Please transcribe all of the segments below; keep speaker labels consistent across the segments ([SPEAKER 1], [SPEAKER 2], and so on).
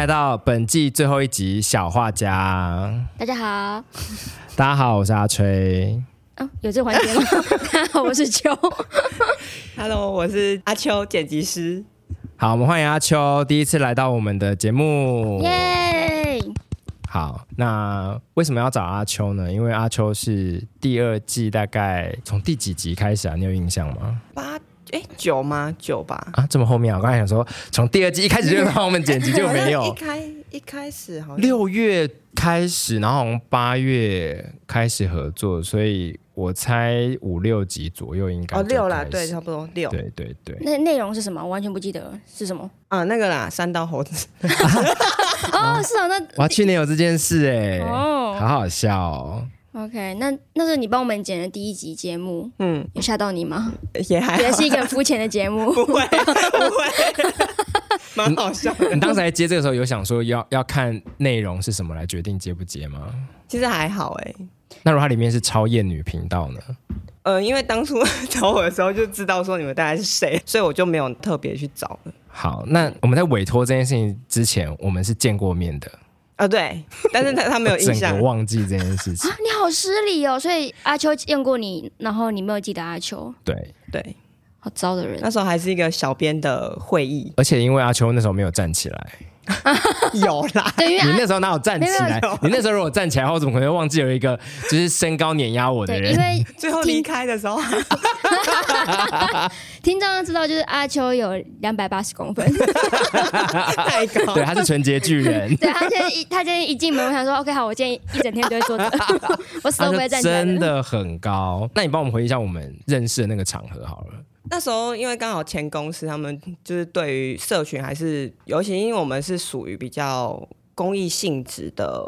[SPEAKER 1] 来到本季最后一集《小画家
[SPEAKER 2] 大家好，》。
[SPEAKER 1] 大家好，我是阿吹。
[SPEAKER 2] 嗯、 有这环节吗？大家好，我是秋。
[SPEAKER 3] Hello，我是阿秋剪辑师。
[SPEAKER 1] 好，我们欢迎阿秋，第一次来到我们的节目。
[SPEAKER 2] 耶！
[SPEAKER 1] 哦好，那为什么要找阿秋呢？因为阿秋是第二季大概从第几集开始啊？你有印象吗？
[SPEAKER 3] 八哎九吗？九吧。
[SPEAKER 1] 啊，这么后面啊！我刚才想说，从第二季一开始就帮我们剪辑就没
[SPEAKER 3] 好像一
[SPEAKER 1] 有。
[SPEAKER 3] 开一开始好像
[SPEAKER 1] 六月开始，然后好像八月开始合作，所以我猜五六集左右应该
[SPEAKER 3] 哦
[SPEAKER 1] 就
[SPEAKER 3] 六啦，
[SPEAKER 1] 开
[SPEAKER 3] 对，
[SPEAKER 1] 始
[SPEAKER 3] 差不多六
[SPEAKER 1] 对对对。
[SPEAKER 2] 那内容是什么？我完全不记得了是 什么。
[SPEAKER 3] 啊，那个啦，三刀猴子。
[SPEAKER 2] 哦，是啊，
[SPEAKER 1] 哇，去年有这件事哎、
[SPEAKER 2] 那哦
[SPEAKER 1] 好好笑哦。
[SPEAKER 2] ，OK，那那是你帮我们剪的第一集节目，
[SPEAKER 3] 嗯，
[SPEAKER 2] 有吓到 你吗？
[SPEAKER 3] 也还
[SPEAKER 2] 觉得
[SPEAKER 3] 好。
[SPEAKER 2] 是一个很肤浅的节目
[SPEAKER 3] 不会不会，蛮好笑的。
[SPEAKER 1] 你当时来接这个时候，有想说要要看内容是什么来决定接不接吗？
[SPEAKER 3] 其实还好哎、
[SPEAKER 1] 那如果它里面是超艳女频道呢？
[SPEAKER 3] 呃，因为当初找我的时候就知道说你们大概是谁，所以我就没有特别去找了。
[SPEAKER 1] 好，那我们在委托这件事情之前，我们是见过面的，
[SPEAKER 3] 啊，对，但是他他没有印
[SPEAKER 1] 整
[SPEAKER 3] 象
[SPEAKER 1] 个，忘记这件事 情
[SPEAKER 2] 啊。，你好失礼哦！所以阿秋见过你，然后你没有记得阿秋，
[SPEAKER 1] 对，，
[SPEAKER 3] 对，
[SPEAKER 2] 好糟的人
[SPEAKER 3] 那。时候还是一个小编的会议
[SPEAKER 1] 而且因为阿秋那时候没有站起来，
[SPEAKER 3] 有啦，
[SPEAKER 2] 对，因啊
[SPEAKER 1] 你
[SPEAKER 2] 为阿
[SPEAKER 1] 那时候哪有站起来
[SPEAKER 3] 没有？
[SPEAKER 1] 你那时候如果站起来的话，我怎么可能会忘记有一个就是身高碾压我的
[SPEAKER 2] 对，
[SPEAKER 1] 人
[SPEAKER 2] 因？为
[SPEAKER 3] 最后离开的时候
[SPEAKER 2] 听众要知道，就是阿秋有两百八十公 分，。
[SPEAKER 3] 太高
[SPEAKER 1] 对，他是纯洁巨人
[SPEAKER 2] 对他今天一他今天一进门，我想说 OK 好，我今天一整天都在 坐着，我死
[SPEAKER 1] 他
[SPEAKER 2] 都
[SPEAKER 1] 就
[SPEAKER 2] 不会站起来
[SPEAKER 1] 真。的很高。那你帮我们回忆一下我们认识的那个场合好了。
[SPEAKER 3] 那时候因为刚好前公司他们就是对于社群还是，尤其因为我们是属于比较公益性质的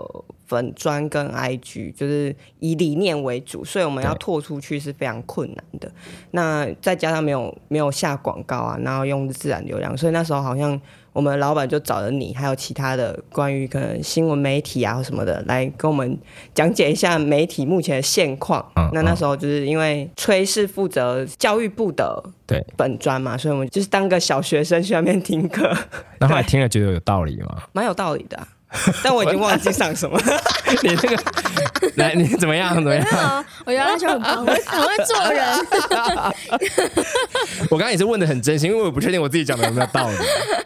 [SPEAKER 3] 粉砖跟 IG，就是以理念为主，所以我们要
[SPEAKER 1] 对
[SPEAKER 3] 拓出去是非常困难的。那再加上没有没有下广告啊，然后用自然流量，所以那时候好像我们老板就找了你，还有其他的关于可能新闻媒体啊或什么的，来跟我们讲解一下媒体目前的现况。
[SPEAKER 1] 嗯
[SPEAKER 3] 那那时候就是因为崔是负责教育部的
[SPEAKER 1] 对
[SPEAKER 3] 本专嘛，所以我们就是当个小学生去那边听 课，
[SPEAKER 1] 那后来听了觉得有道理吗？
[SPEAKER 3] 蛮有道理的啊、但我已经忘记上什么，
[SPEAKER 1] 你这 个，来，你怎么样？怎么样？
[SPEAKER 2] 啊， 我觉得阿秋很棒，很会做 人。
[SPEAKER 1] 我刚刚也是问的很真心，因为我不确定我自己讲的有没有道理。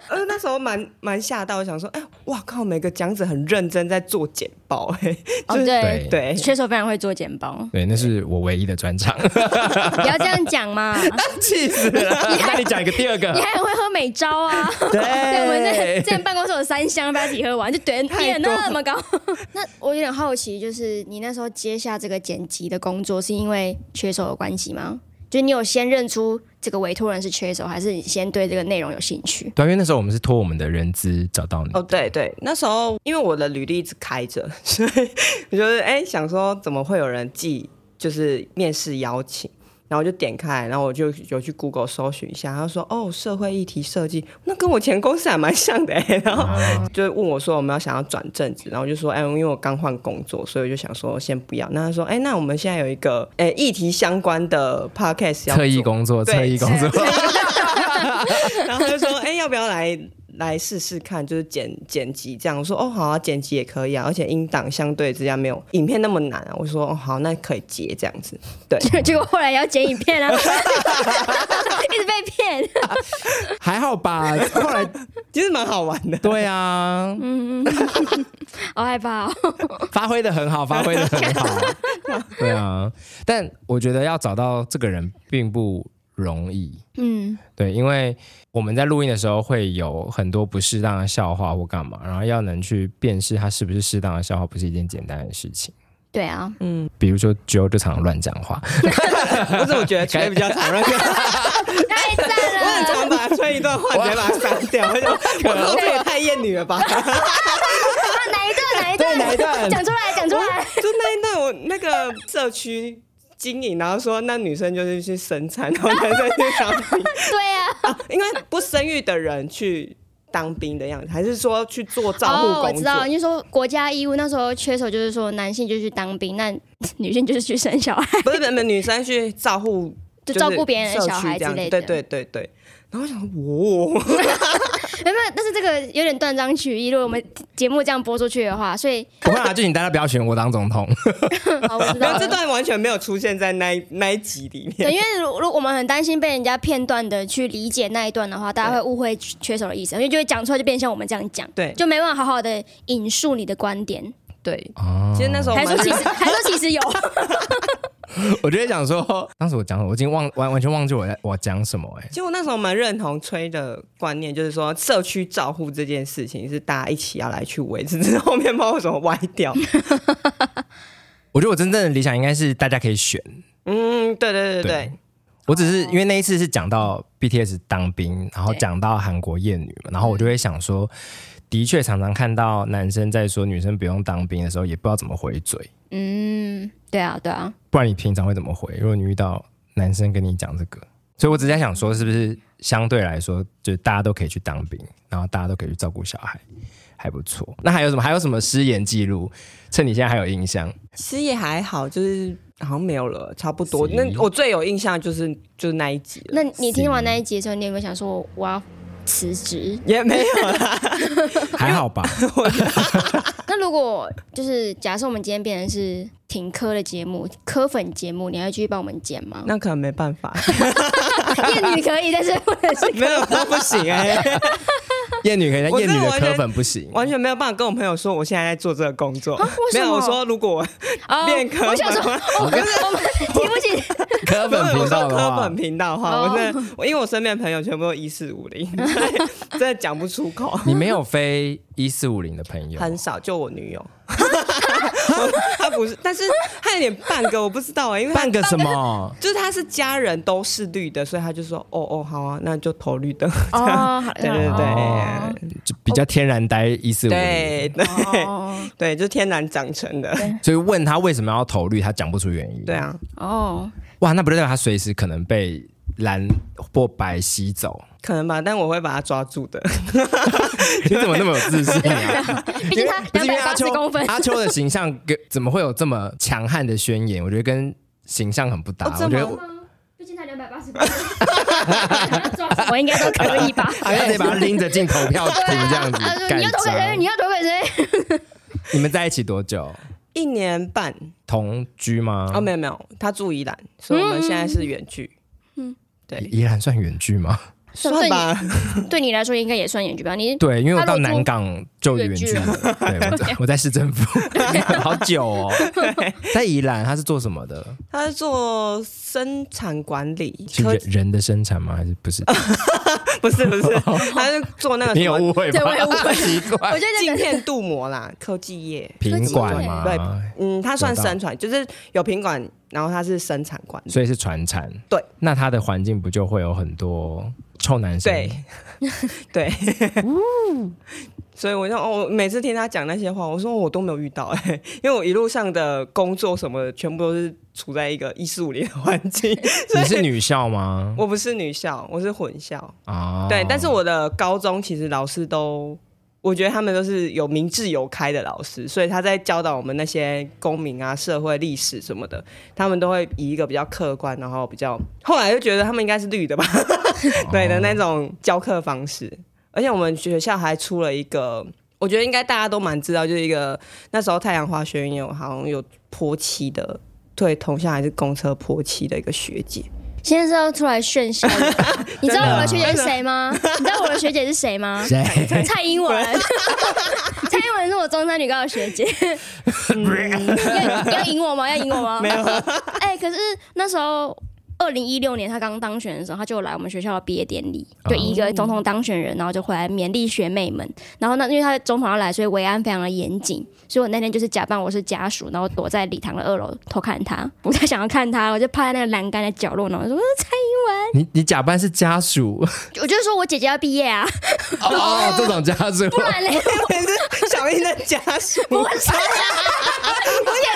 [SPEAKER 3] 呃，那时候蛮蛮吓到，想说，哎，哇靠，每个讲者很认真在做简报、哎，
[SPEAKER 2] 哦，对，
[SPEAKER 3] 对，
[SPEAKER 2] 缺手非常会做简报，
[SPEAKER 1] 对，那是我唯一的专场，
[SPEAKER 2] 不要这样讲嘛， 你
[SPEAKER 1] 气死 了。那你讲一个第二 个，
[SPEAKER 2] 还很会喝美招啊。对，我们在之前办公室有三箱，把它自己喝完，就点
[SPEAKER 3] 太
[SPEAKER 2] 点
[SPEAKER 3] 多
[SPEAKER 2] 那么高。 那我有点好奇，就是你那时候接下这个剪辑的工作，是因为缺手的关系吗？就你有先认出这个委托人是缺手，还是你先对这个内容有兴趣？
[SPEAKER 1] 对，因为那时候我们是托我们的人资找到你。
[SPEAKER 3] 哦，对对，那时候因为我的履历一直开着， 所以我就是哎想说怎么会有人寄就是面试邀请，然后我就点开，然后我就有去 Google 搜寻一下，他说哦社会议题设计，那跟我前公司还蛮像的哎， 然后就问我说我们要想要转正职，然后我就说哎因为我刚换工作，所以我就想说先不要。那他说哎那我们现在有一个哎议题相关的 podcast 要
[SPEAKER 1] 特异
[SPEAKER 3] 做
[SPEAKER 1] 工作，
[SPEAKER 3] 对
[SPEAKER 1] 特异工作，
[SPEAKER 3] 然后他就说：“哎、要不要来来试试看？就是剪剪辑这样。”我说：“哦，好啊，剪辑也可以啊，而且音档相对之下没有影片那么难啊。”我说：“哦，好，那可以截这样子。
[SPEAKER 2] 结结果后来也要剪影片啊， 一直被骗。
[SPEAKER 1] 还好吧？后来”。
[SPEAKER 3] 其实蛮好玩的
[SPEAKER 1] 对啊，
[SPEAKER 2] 好害怕、哦！
[SPEAKER 1] 发挥的很好，发挥的很 好。对啊，但我觉得要找到这个人并不容易。
[SPEAKER 2] 嗯，
[SPEAKER 1] 对，因为我们在录音的时候会有很多不适当的笑话或干嘛，然后要能去辨识它是不是适当的笑话，不是一件简单的事情。
[SPEAKER 2] 对啊，
[SPEAKER 3] 嗯，
[SPEAKER 1] 比如说 Joe 就常常乱讲话，
[SPEAKER 3] 我怎么觉得吹比较常让
[SPEAKER 2] 太
[SPEAKER 3] 我很
[SPEAKER 2] 赞了！啊
[SPEAKER 3] 常把它吹一段话直接把它删掉。我就 我说这也太厌女了吧？
[SPEAKER 2] 啊，哪一段？哪一段？
[SPEAKER 1] 对哪一段
[SPEAKER 2] 讲出来，讲出来！
[SPEAKER 3] 就那一段我那个社区。经营，然后说那女生就是去生产，然后男生去当兵，
[SPEAKER 2] 对啊，
[SPEAKER 3] 因为不生育的人去当兵的样子，还是说去做照
[SPEAKER 2] 哦，
[SPEAKER 3] 护
[SPEAKER 2] 我
[SPEAKER 3] 工
[SPEAKER 2] 知
[SPEAKER 3] 作？
[SPEAKER 2] 道，你就说国家义务那时候缺手，就是说男性就去当兵，那女性就是去生 小孩，
[SPEAKER 3] 不是不是不是女生去照顾，
[SPEAKER 2] 就是照顾别人的小孩
[SPEAKER 3] 社区这
[SPEAKER 2] 之
[SPEAKER 3] 样
[SPEAKER 2] 类的。
[SPEAKER 3] 对对对对。然后我想说，哇，
[SPEAKER 2] 没有，但是这个有点断章取义。如果我们节目这样播出去的话，所以
[SPEAKER 1] 不会啊，就你大家不要选我当总统。
[SPEAKER 2] 好，我知
[SPEAKER 3] 然
[SPEAKER 2] 道
[SPEAKER 3] 后这
[SPEAKER 2] 了。
[SPEAKER 3] 段完全没有出现在那一那一集里面。
[SPEAKER 2] 对，因为如如我们很担心被人家片段的去理解那一段的话，大家会误会缺手的意思，因为就会讲出来就变像我们这样讲，
[SPEAKER 3] 对
[SPEAKER 2] 就没办法好好的引述你的观点，
[SPEAKER 3] 对，
[SPEAKER 1] 哦
[SPEAKER 3] 其实那时候
[SPEAKER 2] 还说
[SPEAKER 3] 蛮
[SPEAKER 2] 其实 还说其实有，
[SPEAKER 1] 我就会想说，当时我讲什么，我已经忘完完全忘记我在我讲什么哎、
[SPEAKER 3] 其实我那时候蛮认同崔的观念，就是说社区照护这件事情是大家一起要来去维持，只是后面不知道为什么歪 掉。
[SPEAKER 1] 我觉得我真正的理想应该是大家可以选，
[SPEAKER 3] 嗯，对对
[SPEAKER 1] 对
[SPEAKER 3] 对对对，
[SPEAKER 1] 我只
[SPEAKER 3] 哦
[SPEAKER 1] 是因为那一次是讲到 BTS 当兵，然后讲到韩国艳女嘛，然后我就会想说，
[SPEAKER 3] 嗯
[SPEAKER 1] 的确常常看到男生在说女生不用当兵的时候，也不知道怎么回嘴。
[SPEAKER 2] 嗯，对啊，对啊，
[SPEAKER 1] 不然你平常会怎么回？如果你遇到男生跟你讲这个，所以我只是在想说，是不是相对来说，就是大家都可以去当兵，然后大家都可以去照顾小孩，还不错。那还有什么？还有什么失言记录？趁你现在还有印象，
[SPEAKER 3] 其实也还好，就是好像没有了，差不多。
[SPEAKER 1] 是
[SPEAKER 3] 那我最有印象就是就是那一集
[SPEAKER 2] 那
[SPEAKER 3] 了，
[SPEAKER 2] 你听完那一集的时候，你有没有想说我要辞职？
[SPEAKER 3] 也没有 啦。
[SPEAKER 1] 还好 吧？
[SPEAKER 2] 那如果就是假设我们今天变成是停科的节目，科粉节目，你还会继续帮我们剪 吗？
[SPEAKER 3] 那可能没办法，
[SPEAKER 2] 艳女可以，但是不能是
[SPEAKER 3] 没有都不行哎、
[SPEAKER 1] 艳女可以，但
[SPEAKER 3] 我
[SPEAKER 1] 艳
[SPEAKER 3] 真的
[SPEAKER 1] 女的
[SPEAKER 3] 完
[SPEAKER 1] 科
[SPEAKER 3] 全
[SPEAKER 1] 粉不行。
[SPEAKER 3] 完全没有办法跟我朋友说我现在在做这个工作
[SPEAKER 2] 啊。为
[SPEAKER 3] 没
[SPEAKER 2] 什么
[SPEAKER 3] 有，我说如果我
[SPEAKER 2] 哦
[SPEAKER 3] 变科粉，
[SPEAKER 2] 我想 说，我们我们提不起，
[SPEAKER 1] 科
[SPEAKER 3] 不是
[SPEAKER 1] 粉
[SPEAKER 3] 我
[SPEAKER 1] 频
[SPEAKER 3] 说
[SPEAKER 1] 道的
[SPEAKER 3] 科
[SPEAKER 1] 话
[SPEAKER 3] 本，频道的话，
[SPEAKER 2] 哦
[SPEAKER 3] 我真的，我因为我身边的朋友全部都一四五 零，真的讲不出口，
[SPEAKER 1] 你没有非一四五零的朋友，
[SPEAKER 3] 很少，就我女友。 她不是，但是她有点半个，我不知道啊、因为她
[SPEAKER 1] 半个什么？
[SPEAKER 3] 就是她是家人都是绿的，所以她就说哦哦好啊，那就投绿灯。
[SPEAKER 2] 哦，好
[SPEAKER 3] 对对
[SPEAKER 1] 哦就比较天然呆一四五零，
[SPEAKER 3] 对对
[SPEAKER 2] 哦
[SPEAKER 3] 对，就天然长成的。
[SPEAKER 1] 所以问他为什么要投绿，他讲不出原因。
[SPEAKER 3] 对啊，
[SPEAKER 2] 哦，
[SPEAKER 1] 哇，那不代表他随时可能被蓝或白吸 走。
[SPEAKER 3] 可能吧，但我会把她抓住的。
[SPEAKER 1] 你怎么那么有自信 啊？
[SPEAKER 2] 毕竟他
[SPEAKER 1] 不是
[SPEAKER 2] 两
[SPEAKER 1] 因为
[SPEAKER 2] 百
[SPEAKER 1] 阿
[SPEAKER 2] 八十
[SPEAKER 1] 秋
[SPEAKER 2] 公分，
[SPEAKER 1] 阿秋的形象跟怎么会有这么强悍的宣言？我觉得跟形象很不搭。
[SPEAKER 3] 哦
[SPEAKER 1] 我
[SPEAKER 3] 真
[SPEAKER 1] 觉
[SPEAKER 3] 的
[SPEAKER 1] 得
[SPEAKER 3] 吗
[SPEAKER 1] 我
[SPEAKER 2] 嗯毕竟他两百八十公 分，我应该都可 以吧？
[SPEAKER 1] 他直接把他拎着进投票
[SPEAKER 3] 啊
[SPEAKER 1] 亭这样子
[SPEAKER 2] 他啊说
[SPEAKER 1] 盖
[SPEAKER 2] 呃你要投给谁？
[SPEAKER 1] 章。
[SPEAKER 2] 你要投给谁？
[SPEAKER 1] 你们在一起多久？
[SPEAKER 3] 一年半
[SPEAKER 1] 同居吗？
[SPEAKER 3] 哦，没有没有，她住宜兰，所以我们现在是
[SPEAKER 2] 嗯
[SPEAKER 3] 远距。有
[SPEAKER 1] 宜兰算远距吗？
[SPEAKER 3] 算吧，
[SPEAKER 2] 对你来说应该也算远距吧？你
[SPEAKER 1] 对，因为我到
[SPEAKER 2] 他如果
[SPEAKER 1] 南港就远
[SPEAKER 2] 远
[SPEAKER 1] 距
[SPEAKER 2] 距
[SPEAKER 1] 了。对，我 在我在市政府，好久哦。 在宜兰他是做什么的？
[SPEAKER 3] 他是做生产管理，
[SPEAKER 1] 是
[SPEAKER 3] 科
[SPEAKER 1] 人人的生产吗？还是不是？
[SPEAKER 3] 不是不是，他是做那个
[SPEAKER 1] 哦你
[SPEAKER 3] 什
[SPEAKER 1] 有
[SPEAKER 3] 么
[SPEAKER 1] 误会吧？
[SPEAKER 2] 对我有误会
[SPEAKER 1] 奇
[SPEAKER 2] 我
[SPEAKER 1] 怪，
[SPEAKER 2] 觉得
[SPEAKER 3] 镜片镀膜啦，科技业。
[SPEAKER 1] 品管
[SPEAKER 3] 对
[SPEAKER 1] 吗？
[SPEAKER 3] 嗯，它算
[SPEAKER 1] 有道
[SPEAKER 3] 生产，就是有品管，然后它是生产管理。
[SPEAKER 1] 所以是传产。
[SPEAKER 3] 对，
[SPEAKER 1] 那他的环境不就会有很多臭男生？
[SPEAKER 3] 对， 对，所以我就哦，我每次听他讲那些话，我说我都没有遇到哎、因为我一路上的工作什么的，全部都是处在一个一四五零的环 境。
[SPEAKER 1] 你是女校 吗？
[SPEAKER 3] 我不是女校，我是混校，
[SPEAKER 1] 啊，
[SPEAKER 3] 对，但是我的高中其实老师都，我觉得他们都是有明智有开的老师，所以他在教导我们那些公民啊、社会历史什么的，他们都会以一个比较客观，然后比较后来就觉得他们应该是绿的吧， 对的那种教课方式。而且我们学校还出了一个，我觉得应该大家都蛮知道，就是一个那时候太阳花学院有好像有泼漆的，对，同校还是公车泼漆的一个学姐，
[SPEAKER 2] 现在是要出来炫 秀的吧，你知道我的学姐是谁吗？你知道我的啊学姐是谁吗？
[SPEAKER 1] 谁？
[SPEAKER 2] 蔡英 文，蔡英文是我中山女高的学姐。嗯要要赢我吗？要赢我吗？ 没有。哎、可是那时候。二零一六年他刚当选的时候，他就来我们学校的毕业典礼，就以一个总统当选人，然后就回来勉励学妹们。然后那因为他总统要来，所以维安非常的严谨，所以我那天就是假扮我是家属，然后躲在礼堂的二楼偷看他。我太想要看他，我就趴在那个栏杆的角落，然后我说呃蔡
[SPEAKER 1] 你你假扮是家属
[SPEAKER 2] 英，我就说我姐姐要毕业啊，
[SPEAKER 1] 哦， 这种家属
[SPEAKER 2] 不然嘞，
[SPEAKER 3] 也是小英的家属。
[SPEAKER 2] 不是
[SPEAKER 3] 我想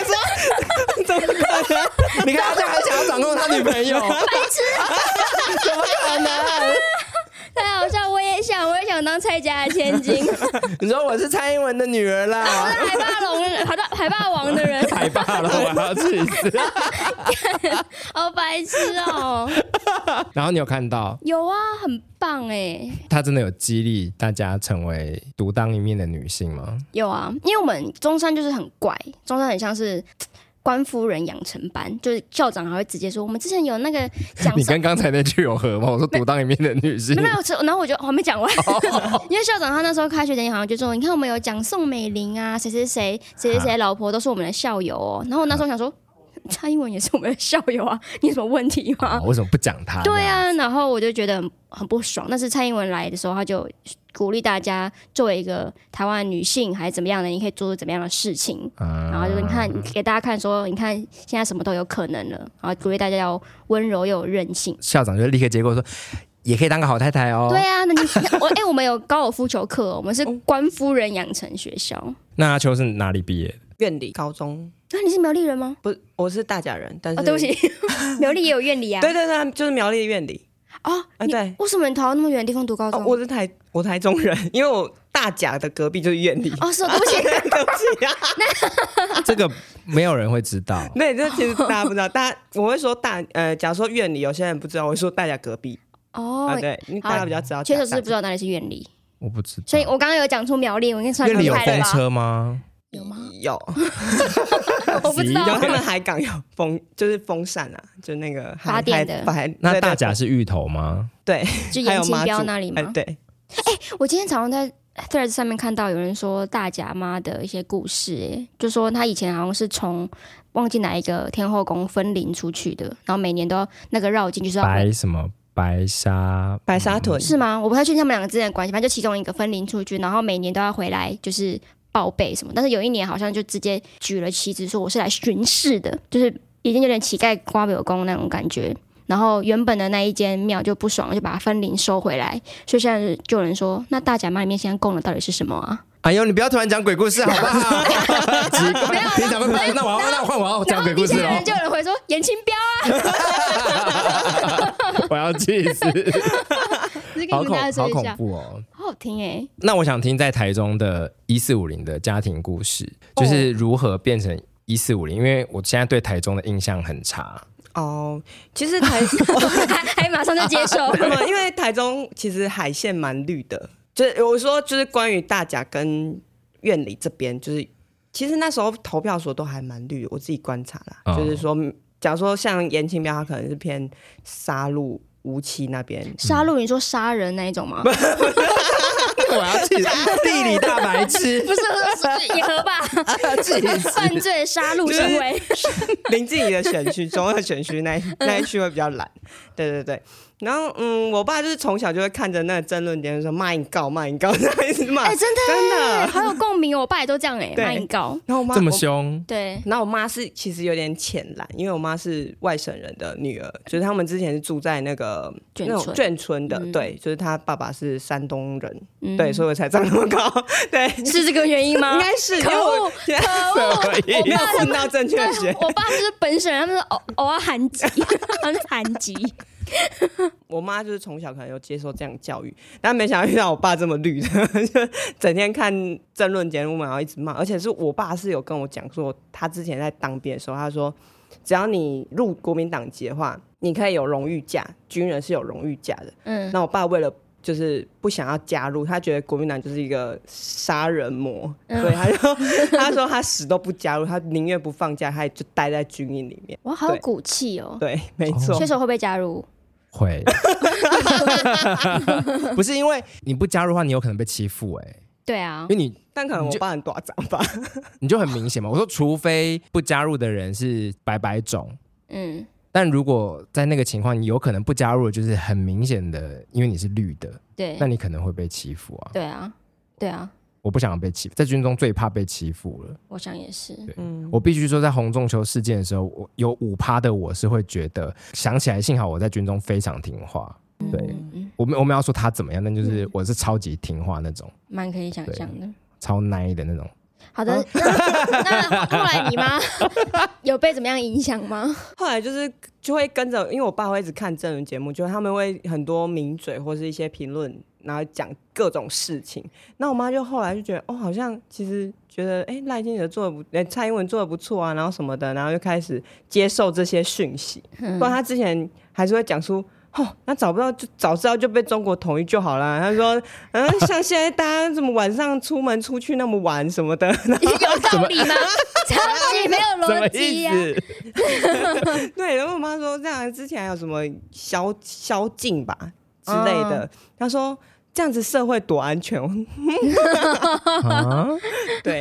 [SPEAKER 3] 说， 怎么 可能？
[SPEAKER 1] 你看他这样还想要掌控他女 朋友，
[SPEAKER 3] 怎么可能？
[SPEAKER 2] 太好笑，我也想，我也想当蔡家的千金，我
[SPEAKER 1] 你说我是蔡英文的 女儿啦，
[SPEAKER 2] 是海霸龙、海霸海霸王的人，
[SPEAKER 1] 海霸了，我要气死！
[SPEAKER 2] 好白痴哦、
[SPEAKER 1] 然后你有看到
[SPEAKER 2] 有啊，很棒哎、
[SPEAKER 1] 她真的有激励大家成为独当一面的女性吗？
[SPEAKER 2] 有啊，因为我们中山就是很怪，中山很像是官夫人养成班，就是校长还会直接说，我们之前有那个讲
[SPEAKER 1] 你
[SPEAKER 2] 授。
[SPEAKER 1] 跟刚才那句有合吗？我说独当一面的女性
[SPEAKER 2] 没有，没有，然后我就我还没讲完， 因为校长他那时候开学典礼好像就说，你看我们有讲宋美龄啊，谁谁谁，谁谁谁老婆都是我们的校友哦。然后我那时候想说，蔡英文也是我们的校友啊， 你有什么问题吗？
[SPEAKER 1] 哦为什么不讲她？
[SPEAKER 2] 对，啊，然后我就觉得很很不爽。但是蔡英文来的时候，他就鼓励大家作为一个台湾女性还是怎么样的，你可以做出怎么样的事情。
[SPEAKER 1] 嗯
[SPEAKER 2] 然后就是你看给大家看说，你看现在什么都有可能了，然后鼓励大家要温柔又有韧性。
[SPEAKER 1] 校长就立刻结果说，也可以当个好太太哦。
[SPEAKER 2] 对啊，那你我哎、我们有高尔夫球课哦，我们是官夫人养成学校。
[SPEAKER 1] 那阿秋是哪里毕业的？
[SPEAKER 3] 院里高中
[SPEAKER 2] 那、你是苗栗人吗？
[SPEAKER 3] 不是，我是大甲人，但是、
[SPEAKER 2] 哦，对不起， 苗栗也有院里啊。
[SPEAKER 3] 对，对对，就是苗栗院里。
[SPEAKER 2] 哦，
[SPEAKER 3] 啊
[SPEAKER 2] 你
[SPEAKER 3] 对
[SPEAKER 2] 为什么你逃到那么远的地方读高
[SPEAKER 3] 哦
[SPEAKER 2] 中？，
[SPEAKER 3] 我是台我台中人， 因为我大甲的隔壁就是院里。
[SPEAKER 2] 哦，是哦，对不起，
[SPEAKER 3] 对不起啊，
[SPEAKER 1] 这个没有人会知道。
[SPEAKER 3] 对，这其实大家不知道，大家我会说大呃，假如说院里有些人不知道，我会说大甲隔壁
[SPEAKER 2] 哦
[SPEAKER 3] 啊，，对，因为大家比较知道大甲。
[SPEAKER 2] 缺手是不知道哪里是院里。
[SPEAKER 1] 我不知道。
[SPEAKER 2] 所以我刚刚有讲出苗栗，我应该算
[SPEAKER 1] 院里
[SPEAKER 2] 厉
[SPEAKER 1] 有
[SPEAKER 2] 害了
[SPEAKER 1] 风
[SPEAKER 2] 吧？
[SPEAKER 1] 车吗？
[SPEAKER 2] 有吗？
[SPEAKER 3] 有，
[SPEAKER 2] 我不知道
[SPEAKER 1] 有
[SPEAKER 3] 然后他们海港有风，就是风扇啊，就那个海
[SPEAKER 2] 发电的
[SPEAKER 3] 海海
[SPEAKER 1] 那
[SPEAKER 3] 对对
[SPEAKER 1] 大甲是芋头吗？
[SPEAKER 3] 对，
[SPEAKER 2] 就
[SPEAKER 3] 还
[SPEAKER 2] 延
[SPEAKER 3] 有
[SPEAKER 2] 庆
[SPEAKER 3] 妈
[SPEAKER 2] 标
[SPEAKER 3] 祖
[SPEAKER 2] 那里
[SPEAKER 3] 哎
[SPEAKER 2] 吗？
[SPEAKER 3] 对，
[SPEAKER 2] 我今天早上在 Threads 上面看到有人说大甲妈的一些故事、哎，就说她以前好像是从忘记哪一个天后宫分灵出去的，然后每年都要那个绕境就是要回。
[SPEAKER 1] 白什么白沙？
[SPEAKER 3] 白沙屯
[SPEAKER 2] 是吗？我不太确定他们两个之间的关系，反正就其中一个分灵出去，然后每年都要回来，就是报备什么。但是有一年好像就直接举了旗子，说我是来巡视的，就是已经有点乞丐刮表功那种感觉。然后原本的那一间庙就不爽了，就把分灵收回来。所以现在就有人说，那大甲妈里面现在供的到底是什么啊？
[SPEAKER 1] 哎呦，你不要突然讲鬼故事好不好？ 奇怪，平常会那我要那我换我要
[SPEAKER 2] 然
[SPEAKER 1] 讲
[SPEAKER 2] 后
[SPEAKER 1] 鬼
[SPEAKER 2] 底
[SPEAKER 1] 故
[SPEAKER 2] 下
[SPEAKER 1] 事
[SPEAKER 2] 有
[SPEAKER 1] 哦
[SPEAKER 2] 人，就有人回说严清标，
[SPEAKER 1] 我要气 死，
[SPEAKER 2] 只是跟
[SPEAKER 1] 好
[SPEAKER 2] 你们
[SPEAKER 1] 恐
[SPEAKER 2] 大家
[SPEAKER 1] 好
[SPEAKER 2] 说一
[SPEAKER 1] 恐
[SPEAKER 2] 下，
[SPEAKER 1] 怖哦。
[SPEAKER 2] 好好听哎、
[SPEAKER 1] 那我想听在台中的一四五零的家庭故事，就是如何变成一四五零，因为我现在对台中的印象很差。
[SPEAKER 3] 哦，其实台
[SPEAKER 2] 还还马上就接受。
[SPEAKER 3] 那么，因为台中其实海线蛮绿的，就是我说就是关于大甲跟院里这边，就是其实那时候投票所都还蛮绿的，我自己观察啦，
[SPEAKER 1] 哦
[SPEAKER 3] 就是说，假如说像严清标，他可能是偏杀戮无期那边，
[SPEAKER 2] 杀戮，你说杀人那一种吗？
[SPEAKER 1] 我要气死，地理大白痴，
[SPEAKER 2] 不是，是也合 吧？犯罪杀戮行为，
[SPEAKER 3] 林静怡的选区，中二选区那一那一区会比较懒，对对对。然后，嗯，我爸就是从小就会看着那个争论点说骂你告骂你告，然后一直骂，
[SPEAKER 2] 哎，真的
[SPEAKER 3] 啊真
[SPEAKER 2] 哎，
[SPEAKER 3] 的。
[SPEAKER 2] 好有共鸣哦！我爸也都这样哎，
[SPEAKER 3] 对
[SPEAKER 2] 骂你告，
[SPEAKER 3] 然后我妈
[SPEAKER 1] 这么
[SPEAKER 3] 我
[SPEAKER 1] 凶，
[SPEAKER 2] 对，
[SPEAKER 3] 然后我妈是其实有点浅蓝，因为我妈是外省人的女儿，就是他们之前是住在那个
[SPEAKER 2] 嗯眷村
[SPEAKER 3] 那种眷村的，
[SPEAKER 2] 嗯
[SPEAKER 3] 对，就是她爸爸是山东人，
[SPEAKER 2] 嗯
[SPEAKER 3] 对，所以我才长那么高， 对，
[SPEAKER 2] 是这个原因吗
[SPEAKER 3] 应？该是因
[SPEAKER 2] 可
[SPEAKER 3] 为我
[SPEAKER 2] 恶，可 恶！
[SPEAKER 3] 我没有混到正确的学。
[SPEAKER 2] 我爸就是本省人，他们说偶偶尔韩 籍，他们是韩籍，
[SPEAKER 3] 我妈就是从小可能有接受这样的教育，但没想到遇到我爸这么绿的， 就整天看争论节目嘛，然后一直骂，而且是我爸是有跟我讲说，他之前在当兵的时候，他说只要你入国民党籍的话，你可以有荣誉假，军人是有荣誉假的。
[SPEAKER 2] 嗯，
[SPEAKER 3] 那我爸为了就是不想要加入，他觉得国民党就是一个杀人魔，
[SPEAKER 2] 嗯
[SPEAKER 3] 所以他就 他说他死都不加入，他宁愿不放假，他也就待在军营里面。
[SPEAKER 2] 哇，好有骨气哦！
[SPEAKER 3] 对，没错
[SPEAKER 2] 缺，手会不会加 入？
[SPEAKER 1] 会，不是因为你不加入的话，你有可能被欺负哎、
[SPEAKER 2] 对啊
[SPEAKER 1] 因为，你
[SPEAKER 3] 但可能我爸很短长吧。
[SPEAKER 1] 你就很明显嘛。我说，除非不加入的人是白白种，
[SPEAKER 2] 嗯，
[SPEAKER 1] 但如果在那个情况，你有可能不加入，就是很明显的，因为你是绿的，
[SPEAKER 2] 对
[SPEAKER 1] 那，你可能会被欺负啊。
[SPEAKER 2] 对啊，对啊，
[SPEAKER 1] 我不想被欺负，在军中最怕被欺负了。
[SPEAKER 2] 我想也是，
[SPEAKER 3] 嗯，
[SPEAKER 1] 我必须说，在红中球事件的时候，我有五趴的我是会觉得，想起来幸好我在军中非常听话。对
[SPEAKER 2] 嗯，
[SPEAKER 1] 我们我们要说他怎么样，但就是我是超级听话那种，
[SPEAKER 2] 蛮可以想象的。
[SPEAKER 1] 超 nice 的那种。
[SPEAKER 2] 好的，那那后来你 妈有被怎么样影响吗？
[SPEAKER 3] 后来就是就会跟着，因为我爸会一直看真人节目，就是他们会很多名嘴或是一些评论然后讲各种事情。那我妈就后来就觉得，哦，好像其实觉得，哎，赖清德做的不，哎，蔡英文做的不错啊，然后什么的，然后就开始接受这些讯息。不然她之前还是会讲出。 哦，那早不知道就早知道就被中国统一就好啦。她说，嗯，像现在大家怎么晚上出门出去那么晚什么的，然 后
[SPEAKER 2] 有道理吗？超级没
[SPEAKER 1] 什
[SPEAKER 2] 有
[SPEAKER 1] 么
[SPEAKER 2] 逻辑啊
[SPEAKER 1] 意
[SPEAKER 2] 呀、
[SPEAKER 1] 思？
[SPEAKER 3] 对，然后我妈说这样之前还有什么宵宵禁吧之类的，
[SPEAKER 1] 嗯
[SPEAKER 3] 她说这样子社会多安全。
[SPEAKER 1] 啊
[SPEAKER 3] 对，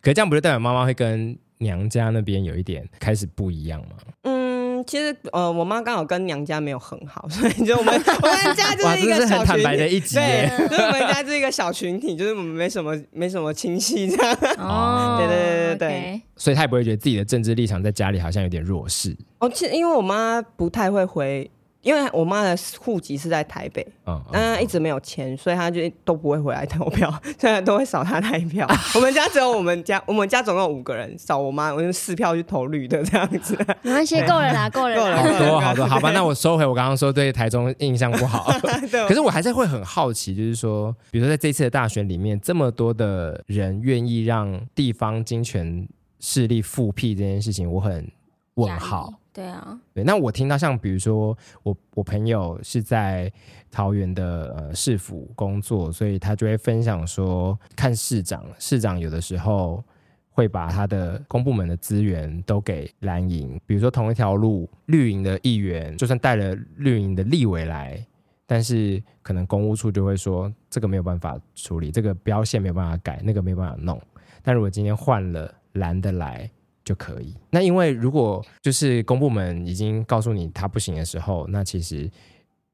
[SPEAKER 1] 可这样不就代表妈妈会跟娘家那边有一点开始不一样吗？
[SPEAKER 3] 嗯，其实呃，我妈刚好跟娘家没有很好，所以就 我们我们家就
[SPEAKER 1] 哇，
[SPEAKER 3] 是一
[SPEAKER 1] 这是很
[SPEAKER 3] 个小群
[SPEAKER 1] 坦白的
[SPEAKER 3] 体。
[SPEAKER 1] 一集耶。
[SPEAKER 3] 对，就是我们家是一个小群体，就是我们没什么没什么亲戚这样。
[SPEAKER 1] 哦
[SPEAKER 3] 对对对对对
[SPEAKER 2] OK
[SPEAKER 1] 所以她也不会觉得自己的政治立场在家里好像有点弱势
[SPEAKER 3] 哦，其实因为我妈不太会回，因为我妈的户籍是在台北，
[SPEAKER 1] 啊。嗯
[SPEAKER 3] 嗯，一直没有钱，所以他就都不会回来投票， 所以都会少他那 一票。我们家只有我们家，我们家总共有五个人，少我妈，我就四票去投绿的这样 子。
[SPEAKER 2] 没关系，够了
[SPEAKER 1] 嗯
[SPEAKER 2] 啦，够了
[SPEAKER 3] 够
[SPEAKER 2] 啦。
[SPEAKER 3] 了
[SPEAKER 1] 好多好多，好吧，那我收回我刚刚说对台中印象不好。
[SPEAKER 3] 对
[SPEAKER 1] 可是我还是会很好奇，就是说，比如说在这次的大选里面，这么多的人愿意让地方金权势力复辟这件事情，我很问号。，
[SPEAKER 2] 对啊，
[SPEAKER 1] 对，那我听到像比如说我我朋友是在桃园的呃市府工作，所以他就会分享说，看市长，市长有的时候会把他的公部门的资源都给蓝营，比如说同一条路，绿营的议员就算带了绿营的立委来。但是可能公务处就会说这个没有办法处理，这个标线没有办法改，那个没有办法弄。但如果今天换了蓝的来，就可以。那因为如果就是公部门已经告诉你他不行的时候，那其实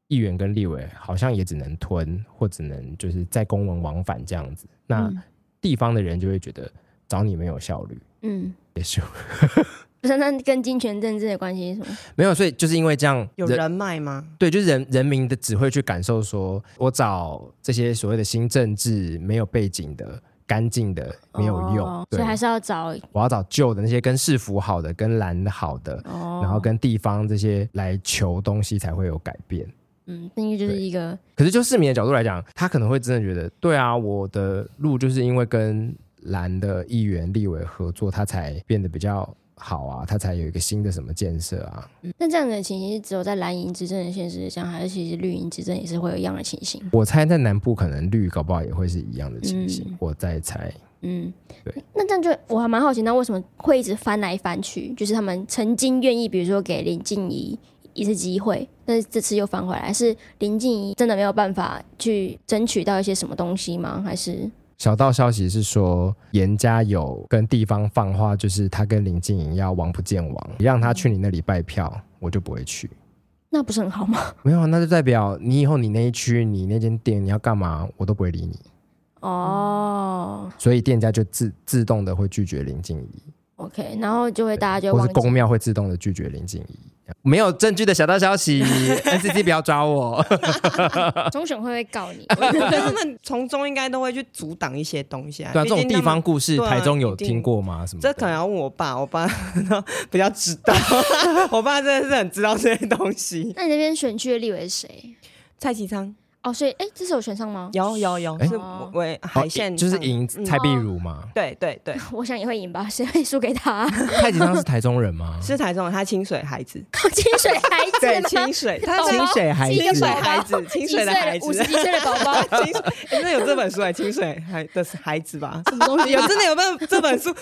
[SPEAKER 1] 议员跟立委好像也只能吞，或只能就是在公文往返这样子。那
[SPEAKER 2] 嗯
[SPEAKER 1] 地方的人就会觉得找你没有效率，
[SPEAKER 2] 嗯，
[SPEAKER 1] 也是
[SPEAKER 2] 不是，那跟金权政治的关系是什么？
[SPEAKER 1] 没有。所以就是因为这样，
[SPEAKER 3] 有人脉吗？
[SPEAKER 1] 对，就是人人民的只会去感受说，我找这些所谓的新政治没有背景的。干净的没有用，
[SPEAKER 2] 哦
[SPEAKER 1] 对
[SPEAKER 2] 所以，还是要找
[SPEAKER 1] 我要找旧的那些跟市府好的、跟蓝的好的，
[SPEAKER 2] 哦，
[SPEAKER 1] 然后跟地方这些来求东西才会有改变。
[SPEAKER 2] 嗯，那个就是一个
[SPEAKER 1] 可是就市民的角度来讲，他可能会真的觉得，对啊，我的路就是因为跟蓝的议员、立委合作，他才变得比较好啊，他才有一个新的什么建设啊。
[SPEAKER 2] 嗯那这样的情形是只有在蓝营执政的现实上，还是其实绿营执政也是会有一样的情形？
[SPEAKER 1] 我猜在南部可能绿搞不好也会是一样的情形，
[SPEAKER 2] 嗯
[SPEAKER 1] 我在猜。
[SPEAKER 2] 嗯，
[SPEAKER 1] 对。
[SPEAKER 2] 那这样就我还蛮好奇，那为什么会一直翻来翻去？就是他们曾经愿意，比如说给林静怡一次机会，但是这次又翻回来，是林静怡真的没有办法去争取到一些什么东西吗？还是
[SPEAKER 1] 小道消息是说，严家有跟地方放话，就是他跟林静颖要王不见王，让他去你那里拜票，我就不会去。哦
[SPEAKER 2] 那不是很好吗？
[SPEAKER 1] 没有啊，那就代表你以后你那一区、你那间店你要干嘛，我都不会理你，
[SPEAKER 2] 哦、
[SPEAKER 1] 所以店家就自自动的会拒绝林静怡，
[SPEAKER 2] o k 然后就会大家就
[SPEAKER 1] 或
[SPEAKER 2] 会
[SPEAKER 1] 是
[SPEAKER 2] 忘记
[SPEAKER 1] 公庙会自动的拒绝林静怡。没有证据的小道消 息，NCC 不要抓我。
[SPEAKER 2] 中选会会告你，
[SPEAKER 3] 我觉得他们从中应该都会去阻挡一些东西啊。
[SPEAKER 1] 对啊，这
[SPEAKER 3] 毕
[SPEAKER 1] 种
[SPEAKER 3] 竟他
[SPEAKER 1] 地
[SPEAKER 3] 们
[SPEAKER 1] 方嗯故事，
[SPEAKER 3] 对啊
[SPEAKER 1] 台中有
[SPEAKER 3] 一定
[SPEAKER 1] 听过吗？什么的？
[SPEAKER 3] 啊这可能要问我爸，我爸 比较知道， 我爸真的是很知道这些东西。
[SPEAKER 2] 那你那边选区的立委是谁？
[SPEAKER 3] 蔡其昌
[SPEAKER 2] 哦，所以哎、这次有选上吗？
[SPEAKER 3] 有有有，
[SPEAKER 1] 哎
[SPEAKER 3] 是我我海鲜
[SPEAKER 1] 就是
[SPEAKER 3] 上
[SPEAKER 1] 赢
[SPEAKER 3] 嗯
[SPEAKER 1] 蔡碧如嘛？
[SPEAKER 3] 哦 对对对，
[SPEAKER 2] 我想也会赢吧， 谁会输给他、
[SPEAKER 1] 蔡其昌是台中人吗？
[SPEAKER 3] 是台中人，他清水孩子，
[SPEAKER 2] 清水孩子
[SPEAKER 3] 对
[SPEAKER 2] 吗？
[SPEAKER 3] 清水，他
[SPEAKER 2] 宝宝
[SPEAKER 1] 清水孩子
[SPEAKER 2] 一个
[SPEAKER 3] 清水
[SPEAKER 2] 宝宝
[SPEAKER 3] 孩子， 清水的孩子
[SPEAKER 2] 五，十几岁的宝 宝，
[SPEAKER 3] 清水，哎真的有这本书哎，清水孩的孩子 吧？
[SPEAKER 2] 什么东西
[SPEAKER 3] 有真的有本这本书，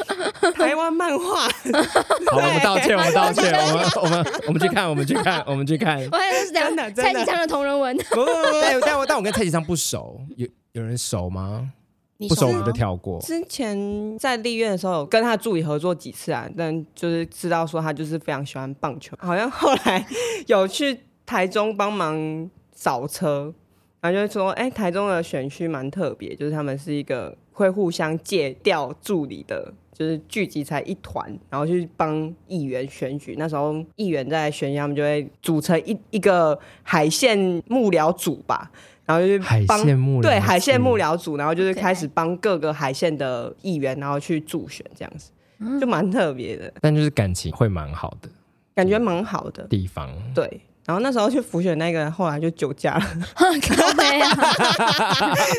[SPEAKER 3] 台湾漫画，
[SPEAKER 1] 好，我们道歉，我们道歉，
[SPEAKER 2] 对
[SPEAKER 1] 我们我们我们去看，我们去看，我们去看。
[SPEAKER 2] 我还是讲
[SPEAKER 3] 真的真的
[SPEAKER 2] 蔡启昌的同人文，
[SPEAKER 3] 不不不，
[SPEAKER 1] 但但我但我跟蔡其昌不熟，有有人熟吗？
[SPEAKER 2] 你
[SPEAKER 1] 不熟
[SPEAKER 2] 说
[SPEAKER 1] 我
[SPEAKER 2] 吗
[SPEAKER 1] 们 就跳过。
[SPEAKER 3] 之前在立院的时候有跟他助理合作几次啊，但就是知道说他就是非常喜欢棒球，好像后来有去台中帮忙扫车，然后就会说，哎、台中的选区蛮特别，就是他们是一个会互相借调助理的。就是聚集才一团，然后去帮议员选举。那时候议员在选举，他们就会组成一一个海线幕僚组吧，然后就
[SPEAKER 1] 海
[SPEAKER 3] 去帮
[SPEAKER 1] 线幕僚
[SPEAKER 3] 对海线
[SPEAKER 1] 组嗯
[SPEAKER 3] 幕僚组，然后就是
[SPEAKER 2] 可爱
[SPEAKER 3] 开始帮各个海线的议员，然后去助选这样子，
[SPEAKER 2] 嗯
[SPEAKER 3] 就蛮特别的
[SPEAKER 1] 但就是感情会蛮好的
[SPEAKER 3] 感觉，蛮好的。
[SPEAKER 1] 地方。
[SPEAKER 3] 对，然后那时候去浮选那个人后来就酒驾了，
[SPEAKER 2] 靠背啊，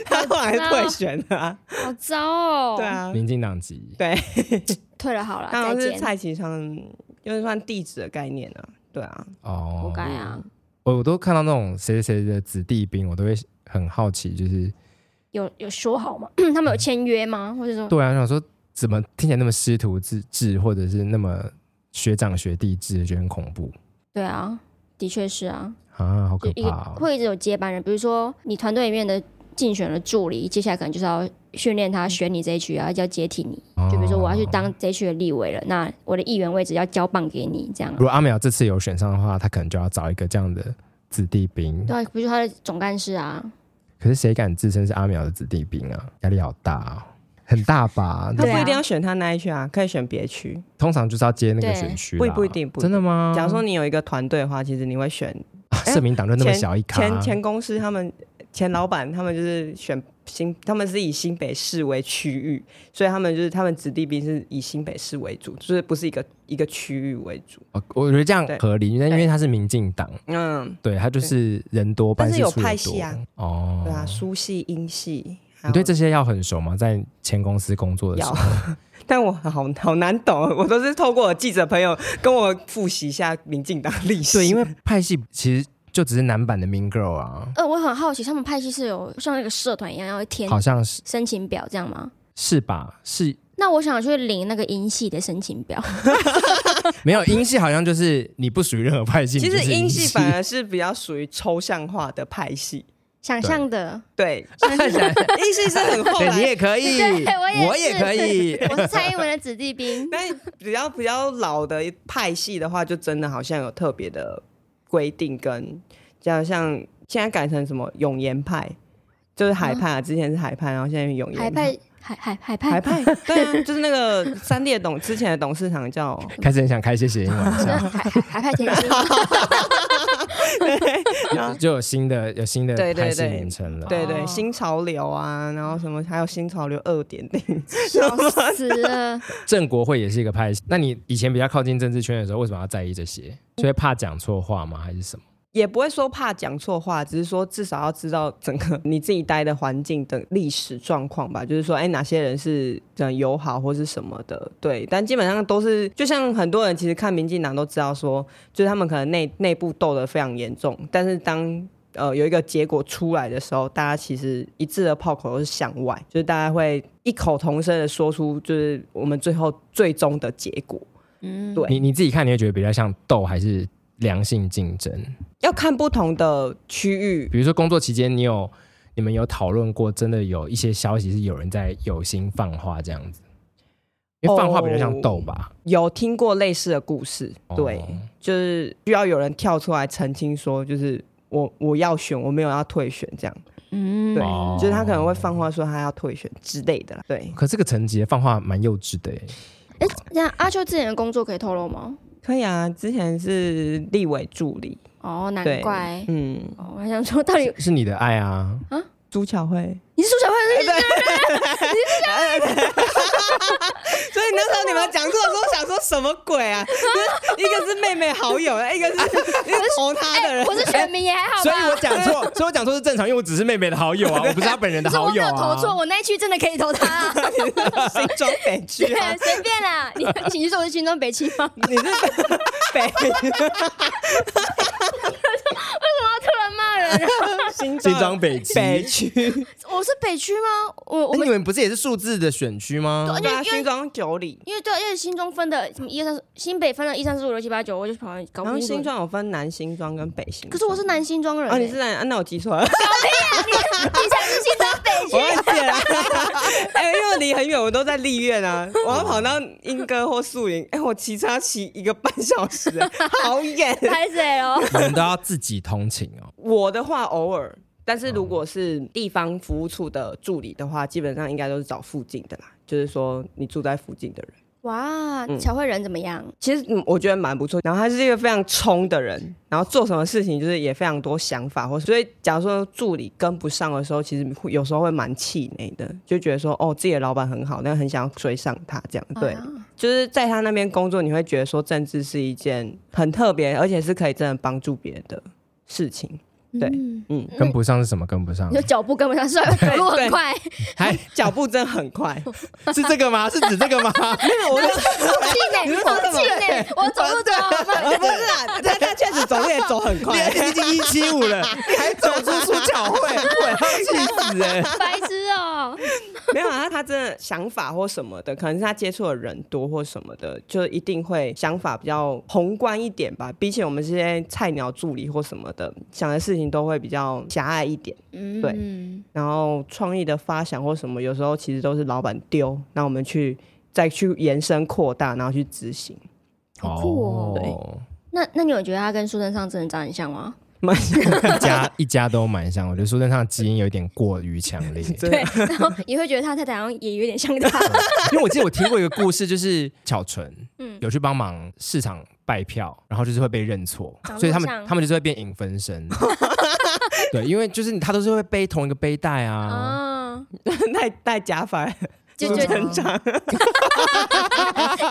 [SPEAKER 3] 他后来退选了啊、
[SPEAKER 2] 好糟哦。
[SPEAKER 3] 对，啊，
[SPEAKER 1] 民进党籍，
[SPEAKER 3] 对，
[SPEAKER 2] 退了好了，
[SPEAKER 3] 然
[SPEAKER 2] 再
[SPEAKER 3] 后是
[SPEAKER 2] 见，
[SPEAKER 3] 蔡其昌，就是算地址的概念啊。对啊，
[SPEAKER 1] 哦，
[SPEAKER 2] 活该啊。
[SPEAKER 1] 我我都看到那种谁谁谁的子弟兵，我都会很好奇，就是
[SPEAKER 2] 有有说好吗？ 他们有签约吗？或者说，
[SPEAKER 1] 对啊，想说怎么听起来那么师徒制制，或者是那么学长学弟制，觉得很恐怖
[SPEAKER 2] 对啊，的确是啊，
[SPEAKER 1] 啊，好
[SPEAKER 2] 就
[SPEAKER 1] 可
[SPEAKER 2] 一个
[SPEAKER 1] 怕哦！
[SPEAKER 2] 会一直有接班人，比如说你团队里面的竞选的助理，接下来可能就是要训练他选你这一区啊，要接替你。就比如说我要
[SPEAKER 1] 哦
[SPEAKER 2] 去当这一区的立委了，那我的议员位置要交棒给你，这样、
[SPEAKER 1] 如
[SPEAKER 2] 啊。
[SPEAKER 1] 果阿苗这次有选上的话，他可能就要找一个这样的子弟兵。
[SPEAKER 2] 对啊，比如说他的总干事啊，
[SPEAKER 1] 可是谁敢自称是阿苗的子弟兵啊？压力好大哦，很大 吧？
[SPEAKER 3] 他
[SPEAKER 2] 对啊
[SPEAKER 3] 不一定要选他那一区啊，可以选别区。
[SPEAKER 1] 通常就是要接那个
[SPEAKER 2] 对
[SPEAKER 1] 选区啦，
[SPEAKER 3] 不不一定不一定
[SPEAKER 1] 真的吗？
[SPEAKER 3] 假如说你有一个团队的话，其实你会选
[SPEAKER 1] 啊社民党就那么小一咖，
[SPEAKER 3] 前前公司他们前老板他们就是选新，他们是以新北市为区域，所以他们就是他们子弟兵是以新北市为主，就是不是一个一个区域为主。
[SPEAKER 1] 我哦我觉得这样
[SPEAKER 3] 对
[SPEAKER 1] 合理，因为因为他是民进党，
[SPEAKER 3] 嗯，
[SPEAKER 1] 对他就是人多办
[SPEAKER 3] 但
[SPEAKER 1] 事处
[SPEAKER 3] 是有
[SPEAKER 1] 也多
[SPEAKER 3] 派系啊，
[SPEAKER 1] 哦，
[SPEAKER 3] 对啊，苏系、英系，
[SPEAKER 1] 你
[SPEAKER 3] 还有
[SPEAKER 1] 对这些要很熟吗？在前公司工作的时
[SPEAKER 3] 要
[SPEAKER 1] 候，，
[SPEAKER 3] 但我好好难懂，我都是透过我记者朋友跟我复习一下民进党历 史。
[SPEAKER 1] 对，因为派系其实就只是男版的 Mean Girl 啊，
[SPEAKER 2] 呃，我很好奇，他们派系是有像那个社团一样要填
[SPEAKER 1] 好像是
[SPEAKER 2] 申请表这样吗？
[SPEAKER 1] 是吧？是
[SPEAKER 2] 那我想去领那个英系的申请表，
[SPEAKER 1] 没有英系，好像就是你不属于任何派系，
[SPEAKER 3] 其
[SPEAKER 1] 你就是
[SPEAKER 3] 实英
[SPEAKER 1] 英
[SPEAKER 3] 系反而是比较属于抽象化的派系，
[SPEAKER 2] 想象的。
[SPEAKER 3] 对， 英系是很后
[SPEAKER 1] 对你
[SPEAKER 3] 来，
[SPEAKER 1] 也可以，
[SPEAKER 2] 对我也
[SPEAKER 1] 我也
[SPEAKER 2] 是
[SPEAKER 1] 可以，
[SPEAKER 2] 我是蔡英文的子 弟兵
[SPEAKER 3] 但比较比较老的派系的话，就真的好像有特别的规定跟，加像现在改成什么永延派，就是海派啊，之前是海派， 然后现在是永
[SPEAKER 2] 哦海
[SPEAKER 3] 延
[SPEAKER 2] 派。海海海派
[SPEAKER 3] 海派，对啊，就是那个三立的董之前的董事长叫，
[SPEAKER 2] 哦
[SPEAKER 1] 开始很想开一些谐音玩笑，
[SPEAKER 2] 海海海派 田径，
[SPEAKER 1] 就就有新的有新的
[SPEAKER 3] 对对
[SPEAKER 1] 派系
[SPEAKER 3] 对
[SPEAKER 1] 名称了。
[SPEAKER 3] 对对，
[SPEAKER 2] 哦
[SPEAKER 3] 新潮流啊，然后什么还有新潮流二点零，
[SPEAKER 2] 笑死了。
[SPEAKER 1] 郑国会也是一个派系。那你以前比较靠近政治圈的时候，为什么要在意这些？所以怕讲错话吗？还是什么？
[SPEAKER 3] 也不会说怕讲错话，只是说至少要知道整个你自己待的环境的历史状况吧。就是说，哎，哪些人是嗯友好或是什么的，对。但基本上都是，就像很多人其实看民进党都知道说，就是他们可能内内部斗得非常严重，但是当呃有一个结果出来的时候，大家其实一致的炮口都是向外，就是大家会异口同声的说出，就是我们最后最终的结果。
[SPEAKER 2] 嗯，
[SPEAKER 3] 对
[SPEAKER 1] 你你自己看，你会觉得比较像斗还是良性竞争？
[SPEAKER 3] 要看不同的区域
[SPEAKER 1] 比如说工作期间，你有你们有讨论过，真的有一些消息是有人在有心放话这样子，因为放话比较像斗吧？
[SPEAKER 3] 有听过类似的故事，对，
[SPEAKER 1] 哦
[SPEAKER 3] 就是需要有人跳出来澄清说，就是我我要选，我没有要退选这样，
[SPEAKER 2] 嗯，
[SPEAKER 3] 对，
[SPEAKER 1] 哦
[SPEAKER 3] 就是他可能会放话说他要退选之类的啦，对，
[SPEAKER 1] 可这个层级的放话蛮幼稚的耶，欸
[SPEAKER 2] 哎，那阿秋之前的工作可以透露吗？
[SPEAKER 3] 可以啊，之前是立委助理，
[SPEAKER 2] 哦，难
[SPEAKER 3] 对，
[SPEAKER 2] 怪。
[SPEAKER 3] 嗯，
[SPEAKER 2] 哦，我还想说，到底
[SPEAKER 1] 是你的爱啊，
[SPEAKER 3] 朱巧慧，
[SPEAKER 2] 你是苏小 慧还是
[SPEAKER 3] 所以那时候你们讲座的时候想说什么鬼啊？ 就是一个是妹妹好友，一个 是一个是投他的人，
[SPEAKER 2] 我是选民也还好
[SPEAKER 1] 所以
[SPEAKER 2] 吧？
[SPEAKER 1] 我讲错，所以我讲错是正常，因为我只是妹妹的好友啊，我不是她本人的
[SPEAKER 2] 可是
[SPEAKER 1] 好
[SPEAKER 2] 我没
[SPEAKER 1] 友
[SPEAKER 2] 有
[SPEAKER 1] 啊。
[SPEAKER 2] 投错，我那一区真的可以投他 啊，
[SPEAKER 3] 新装北
[SPEAKER 2] 对，
[SPEAKER 3] 区啊，
[SPEAKER 2] 随便啦。你 你说我是新庄北区吗？
[SPEAKER 3] 你是北
[SPEAKER 2] 他突然骂人，啊
[SPEAKER 3] 新
[SPEAKER 1] 新庄北基
[SPEAKER 3] 北区。
[SPEAKER 2] 我是北区吗？ 我我
[SPEAKER 1] 那
[SPEAKER 2] 们
[SPEAKER 1] 你们不是也是数字的选区吗？
[SPEAKER 2] 对
[SPEAKER 3] 对啊，
[SPEAKER 2] 因为
[SPEAKER 3] 新庄九里，
[SPEAKER 2] 因为对啊，因为新中分的什么一二三，新北分了一三四五六七八九，我就跑来搞
[SPEAKER 3] 然
[SPEAKER 2] 不
[SPEAKER 3] 后新
[SPEAKER 2] 清楚。
[SPEAKER 3] 庄有分南新庄跟北新庄。
[SPEAKER 2] 可是我是南新庄人欸、
[SPEAKER 3] 哦，你是南，啊那我记错了，
[SPEAKER 2] 你才是新庄北
[SPEAKER 3] 我
[SPEAKER 2] 区，
[SPEAKER 3] 忘记了。 哎，因为我离很远，我都在立院啊，我要跑到莺歌或树林，哎，我骑车骑一个半小时， 好远。
[SPEAKER 2] 拍谁哦？
[SPEAKER 1] 你们都要自己通勤哦。
[SPEAKER 3] 我的话偶尔，但是如果是地方服务处的助理的话，基本上应该都是找附近的啦，就是说你住在附近的人。
[SPEAKER 2] 哇，小慧人怎么样？
[SPEAKER 3] 其实嗯，我觉得蛮不错。然后他是一个非常冲的人，然后做什么事情就是也非常多想法，或所以假如说助理跟不上的时候，其实会有时候会蛮气馁的，就觉得说哦自己的老板很好，但很想要追上他这样。对，
[SPEAKER 2] 啊
[SPEAKER 3] 就是在他那边工作，你会觉得说政治是一件很特别，而且是可以真的帮助别人的事情。对
[SPEAKER 2] 嗯
[SPEAKER 3] 嗯，
[SPEAKER 1] 跟不上是什么？跟不上
[SPEAKER 2] 你说脚步跟不上，虽然走路很 快，气
[SPEAKER 1] 还
[SPEAKER 3] 脚步真的很快，
[SPEAKER 1] 是这个吗？是指这个吗？
[SPEAKER 3] 没有我就是
[SPEAKER 2] 馁，我气馁，我走路走好慢。
[SPEAKER 3] 不是啊， 他他确实走路也走很快，
[SPEAKER 1] 你已 经一七五了，你还走出出脚会，我要气死哎！
[SPEAKER 2] 白痴哦、
[SPEAKER 3] 没有啊，他真的想法或什么的，可能是他接触的人多或什么的，就一定会想法比较宏观一点吧。比起我们这些菜鸟助理或什么的，想的事情都会比较狭隘一点。
[SPEAKER 2] 嗯，
[SPEAKER 3] 对然后创意的发想或什么，有时候其实都是老板丢，那我们去再去延伸扩大，然后去执行。
[SPEAKER 2] 好酷哦
[SPEAKER 1] 哦，
[SPEAKER 2] 那那你有觉得他跟书生上真的长得很像吗？
[SPEAKER 3] 蛮
[SPEAKER 1] 一家一家都蛮像，我觉得书生上的基因有点过于强 烈。
[SPEAKER 3] 真的
[SPEAKER 2] 对，然后也会觉得他太太好像也有点像他。
[SPEAKER 1] 因为我记得我听过一个故事，就是巧纯，
[SPEAKER 2] 嗯
[SPEAKER 1] 有去帮忙市场拜票，然后就是会被认错
[SPEAKER 2] 长，得
[SPEAKER 1] 所以他
[SPEAKER 2] 不像
[SPEAKER 1] 们他们就是会变影分 身。对，因为就是他都是会背同一个背带啊，
[SPEAKER 2] 啊，
[SPEAKER 3] 戴戴假发，
[SPEAKER 2] 就
[SPEAKER 1] 就
[SPEAKER 2] 觉得
[SPEAKER 1] 很
[SPEAKER 3] 像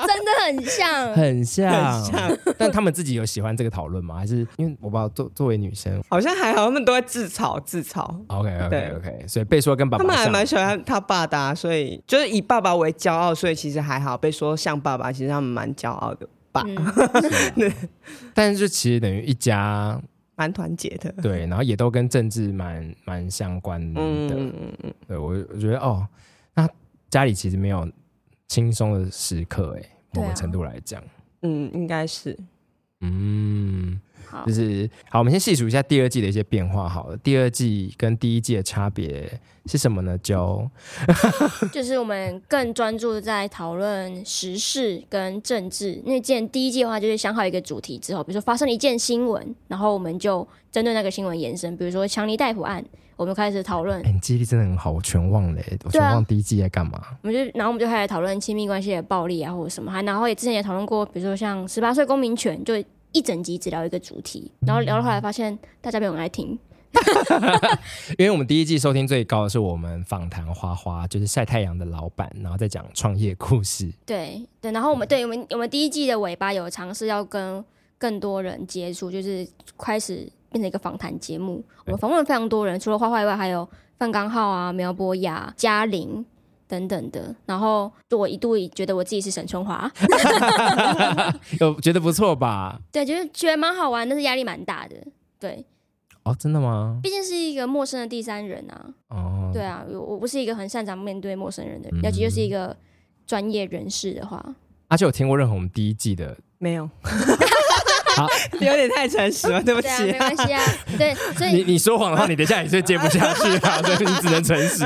[SPEAKER 2] 真的很像。
[SPEAKER 1] 很像。
[SPEAKER 3] 很像
[SPEAKER 1] 但他们自己有喜欢这个讨论吗？还是因为我不知道作作为女生
[SPEAKER 3] 好像还好，他们都在自嘲自嘲。
[SPEAKER 1] ，OK
[SPEAKER 3] 对
[SPEAKER 1] OK OK，所以被说跟爸
[SPEAKER 3] 他
[SPEAKER 1] 爸
[SPEAKER 3] 们还
[SPEAKER 1] 像
[SPEAKER 3] 蛮喜欢他爸的、啊，所以就是以爸爸为骄傲，所以其实还好。被说像爸爸，其实他们蛮骄傲的，爸
[SPEAKER 2] 嗯，
[SPEAKER 1] 但是就其实等于一 家
[SPEAKER 3] 蛮团结的。
[SPEAKER 1] 对，然后也都跟政治蛮蛮相关的。
[SPEAKER 3] 嗯嗯嗯，
[SPEAKER 1] 对我我觉得哦，那家里其实没有轻松的时刻哎、某
[SPEAKER 2] 对
[SPEAKER 1] 个
[SPEAKER 2] 啊
[SPEAKER 1] 程度来讲，
[SPEAKER 3] 嗯，应该是
[SPEAKER 1] 嗯。
[SPEAKER 2] 好
[SPEAKER 1] 就，是好，我们先细数一下第二季的一些变化好了。第二季跟第一季的差别是什么呢？就
[SPEAKER 2] 就是我们更专注地在讨论时事跟政治。那件第一季的话，就是想好一个主题之后，比如说发生了一件新闻，然后我们就针对那个新闻延伸，比如说强尼戴普案，我们开始讨论
[SPEAKER 1] 哎、，你记忆力真的很好，我全忘了、欸，我
[SPEAKER 2] 对
[SPEAKER 1] 全
[SPEAKER 2] 啊
[SPEAKER 1] 忘第一季在干嘛。
[SPEAKER 2] 我们就然后我们就开始讨论亲密关系的暴力啊，或者什么，还然后也之前也讨论过，比如说像十八岁公民权，就一整集只聊一个主题，然后聊到后来发现大家没有人来听，
[SPEAKER 1] 因为我们第一季收听最高的是我们访谈花花，就是晒太阳的老板，然后再讲创业故事。
[SPEAKER 2] 对对，然后我们对我们我们第一季的尾巴有尝试要跟更多人接触，就是开始变成一个访谈节目。我们访问了非常多人，除了花花以外，还有范刚浩啊、苗博雅、嘉玲等等的。然后我一度也觉得我自己是沈春华，
[SPEAKER 1] 有觉得不错吧？
[SPEAKER 2] 对，就是觉得蛮好玩，但是压力蛮大的。对，
[SPEAKER 1] 哦，真的吗？
[SPEAKER 2] 毕竟是一个陌生的第三人啊。
[SPEAKER 1] 哦，
[SPEAKER 2] 对啊，我我不是一个很擅长面对陌生人的人，
[SPEAKER 1] 嗯
[SPEAKER 2] 尤其又是一个专业人士的话，
[SPEAKER 1] 而啊且有听过任何我们第一季的，
[SPEAKER 3] 没有
[SPEAKER 1] 好，
[SPEAKER 3] 有点太诚 实了，对不
[SPEAKER 2] 对啊，
[SPEAKER 3] 起
[SPEAKER 2] 没。关系啊。对，所
[SPEAKER 1] 你
[SPEAKER 2] 以
[SPEAKER 1] 你说谎的话，你等一下你就接不下去 啊，所以你只能诚实，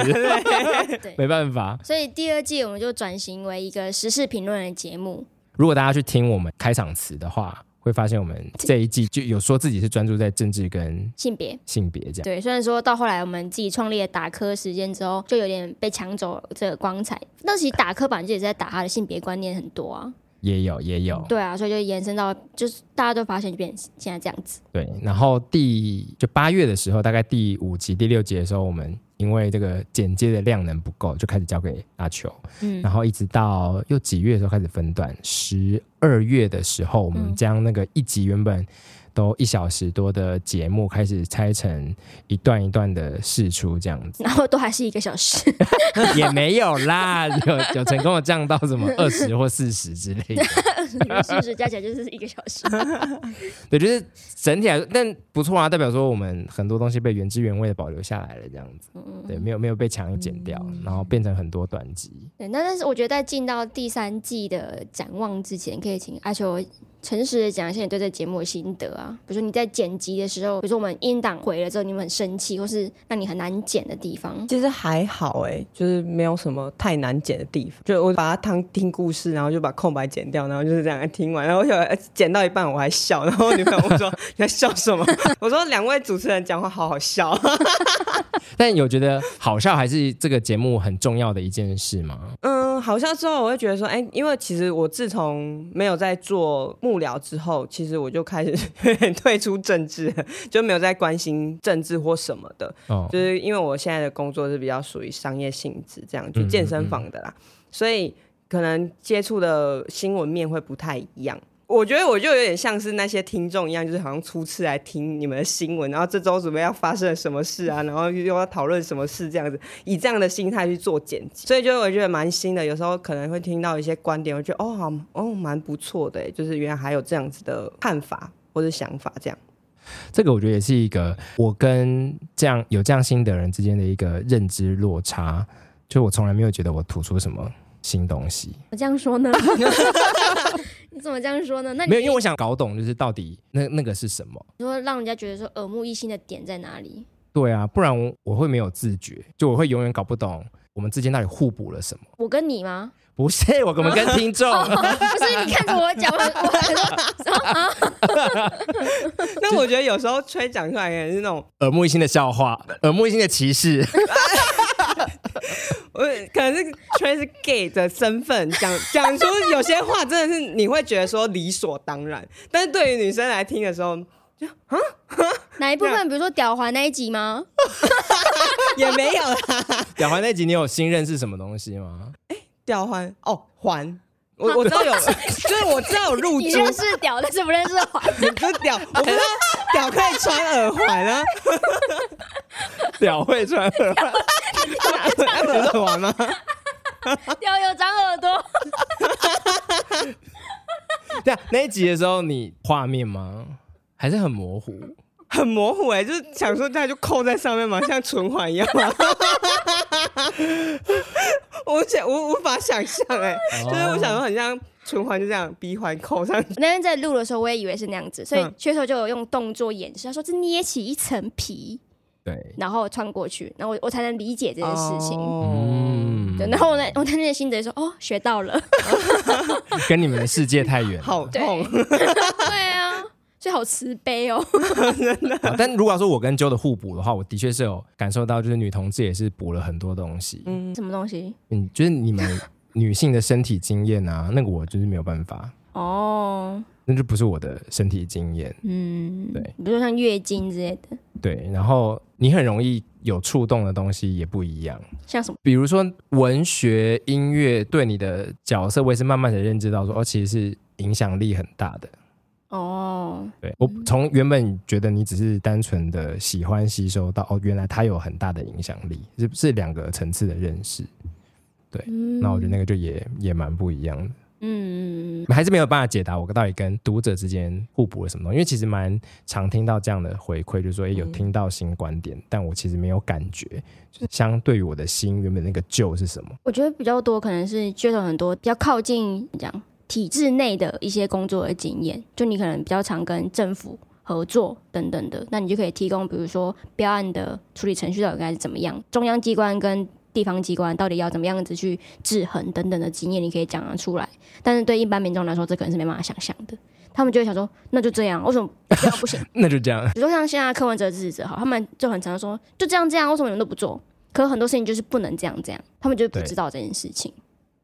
[SPEAKER 2] 对。
[SPEAKER 1] 没办法。
[SPEAKER 2] 所以第二季我们就转型为一个时事评论的节目。
[SPEAKER 1] 如果大家去听我们开场词的话，会发现我们这一季就有说自己是专注在政治跟
[SPEAKER 2] 性别
[SPEAKER 1] 性别这样。
[SPEAKER 2] 对，虽然说到后来我们自己创立了打科时间之后，就有点被抢走这个光彩。但其实打科版就也是在打他的性别观念很多啊，
[SPEAKER 1] 也有也有
[SPEAKER 2] 对啊，所以就延伸到就是大家都发现就变成现在这样子。
[SPEAKER 1] 对，然后第就八月的时候，大概第五集、第六集的时候，我们因为这个剪接的量能不够，就开始交给阿球，
[SPEAKER 2] 嗯
[SPEAKER 1] 然后一直到又几月的时候开始分段，十二月的时候，我们将那个一集原本都一小时多的节目开始拆成一段一段的试出，这样子。
[SPEAKER 2] 然后都还是一个小时，
[SPEAKER 1] 也没有啦，有有成功的降到什么二十或四十之类的。
[SPEAKER 2] 是不是加起来就是一个小时？
[SPEAKER 1] 对，就是整体来说，但不错啊，代表说我们很多东西被原汁原味的保留下来了，这样子。对，没有没有被强行剪掉，然后变成很多短集。
[SPEAKER 2] 对，那但是我觉得在进到第三季的展望之前，可以请阿球诚实的讲一下你对这节目的心得啊，比如说你在剪辑的时候，比如说我们音档毁了之后，你们很生气，或是让你很难剪的地方。
[SPEAKER 3] 其实还好哎、就是没有什么太难剪的地方，就我把它当听故事，然后就把空白剪掉，然后就是这样听完，然后我想呃剪到一半我还笑，然 后我女朋友问说你在笑什么？我说两位主持人讲话好好笑，
[SPEAKER 1] 但有觉得好笑还是这个节目很重要的一件事吗？
[SPEAKER 3] 嗯，好像之后我会觉得说，哎、因为其实我自从没有在做幕僚之后，其实我就开始 退出政治了，就没有在关心政治或什么的。
[SPEAKER 1] 哦
[SPEAKER 3] 就，是因为我现在的工作是比较属于商业性质，这样就
[SPEAKER 1] 嗯
[SPEAKER 3] 健身房的啦，所以可能接触的新闻面会不太一样。我觉得我就有点像是那些听众一样，就是好像初次来听你们的新闻，然后这周准备要发生了什么事啊，然后又要讨论什么事这样子，以这样的心态去做剪辑，所以就我觉得蛮新的。有时候可能会听到一些观点，我觉得哦好哦蛮不错的耶，就是原来还有这样子的看法或者想法 这样。
[SPEAKER 1] 这个我觉得也是一个我跟这样有这样心得人之间的一个认知落差，就我从来没有觉得我吐出什么新东西，
[SPEAKER 2] 我这样说呢？ 你怎么这样说呢？那你
[SPEAKER 1] 没有，因为我想搞懂就是到底那那个是什么。
[SPEAKER 2] 说让人家觉得说耳目一新的点在哪里？
[SPEAKER 1] 对啊，不然我我会没有自觉，就我会永远搞不懂我们之间到底互补了什么。
[SPEAKER 2] 我跟你吗？
[SPEAKER 1] 不是，我我们跟听 众，
[SPEAKER 2] 不是你看着我讲，我我
[SPEAKER 3] 那我觉得有时候吹讲出来也是那种
[SPEAKER 1] 耳目一新的笑 话，耳目一新的歧视。
[SPEAKER 3] 我可能是 Trey 是 gay 的身份讲讲出有些话，真的是你会觉得说理所当然，但是对于女生来听的时候，
[SPEAKER 2] 哪一部分？比如说屌环那一集吗？
[SPEAKER 3] 也没有啦。
[SPEAKER 1] 小环那集你有新认识什么东西吗？
[SPEAKER 3] 吊环哦，环。我我知道有，就是我知道有入珠，
[SPEAKER 2] 你
[SPEAKER 3] 就
[SPEAKER 2] 认识屌，但是不认识环。
[SPEAKER 3] 是屌，我不知道屌可以穿耳环啊，
[SPEAKER 1] 屌会穿耳环，
[SPEAKER 3] 耳环吗？
[SPEAKER 2] 屌有长耳朵，
[SPEAKER 1] 对啊，那一集的时候你画面吗？还是很模糊。
[SPEAKER 3] 很模糊哎、就是想说它就扣在上面嘛，像唇环一样嘛。 我想我无法想象哎、就是我想说很像唇环就这样鼻环扣上去。
[SPEAKER 2] 那天在录的时候，我也以为是那样子，所以
[SPEAKER 3] 嗯
[SPEAKER 2] 缺手就有用动作演示，他说这捏起一层皮，
[SPEAKER 1] 对，
[SPEAKER 2] 然后穿过去，然后我我才能理解这件事情。
[SPEAKER 3] 哦
[SPEAKER 1] 嗯
[SPEAKER 2] 对，，然后我那我那天的心得说，哦，学到了。
[SPEAKER 1] 跟你们的世界太远了。
[SPEAKER 3] 好
[SPEAKER 2] 对
[SPEAKER 3] 痛，
[SPEAKER 2] 对啊， 所以好慈悲哦。
[SPEAKER 1] 好但如果说我跟 Joe 的互补的话，我的确是有感受到，就是女同志也是补了很多东西。嗯，
[SPEAKER 2] 什么东西？
[SPEAKER 1] 就是你们女性的身体经验啊，那个我就是没有办法，
[SPEAKER 2] 哦，
[SPEAKER 1] 那就不是我的身体经验。
[SPEAKER 2] 嗯，
[SPEAKER 1] 对
[SPEAKER 2] 比如说像月经之类的，
[SPEAKER 1] 对，然后你很容易有触动的东西也不一样。
[SPEAKER 2] 像什么？
[SPEAKER 1] 比如说文学、音乐对你的角色，我也是慢慢的认知到说，哦，其实是影响力很大的。
[SPEAKER 2] 哦，
[SPEAKER 1] 对我从原本觉得你只是单纯的喜欢吸收到，哦，原来它有很大的影响力，是是两个层次的认识。
[SPEAKER 2] 嗯，
[SPEAKER 1] 那我觉得那个就也也蛮不一样的，
[SPEAKER 2] 嗯，嗯，嗯
[SPEAKER 1] 还是没有办法解答我到底跟读者之间互补了什么东西。因为其实蛮常听到这样的回馈，就是说，哎、有听到新观点，但我其实没有感觉，就是相对于我的心原本那个旧是什么。
[SPEAKER 2] 我觉得比较多可能是接受很多比较靠近讲体制内的一些工作的经验，就你可能比较常跟政府。合作等等的，那你就可以提供，比如说标案的处理程序到底该是怎么样，中央机关跟地方机关到底要怎么样子去制衡等等的经验，你可以讲得出来。但是对一般民众来说，这可能是没办法想象的。他们就会想说，那就这样，为什么这样不行？
[SPEAKER 1] 那就这样，
[SPEAKER 2] 比如说像现在柯文哲支持者哈，他们就很常说就这样这样，为什么你们都不做？可很多事情就是不能这样这样，他们就是不
[SPEAKER 1] 对
[SPEAKER 2] 知道这件事情。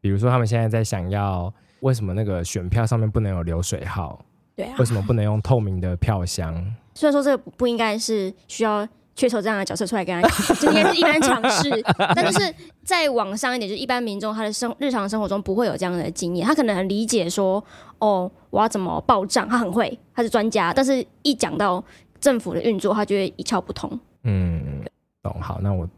[SPEAKER 1] 比如说他们现在在想要为什么那个选票上面不能有流水号，
[SPEAKER 2] 对啊
[SPEAKER 1] 为，什么不能用透明的票箱？
[SPEAKER 2] 虽然说这个不不应该是需要缺手这样的角色出来跟他讲，这应该是一般尝试，但就是再往上一点，就是一般民众他的生日常生活中不会有这样的经验，他可能很理解说哦，我要怎么报账，他很会，他是专家，但是一讲到政府的运作，他就会一窍不通。
[SPEAKER 1] 嗯，懂。好，那我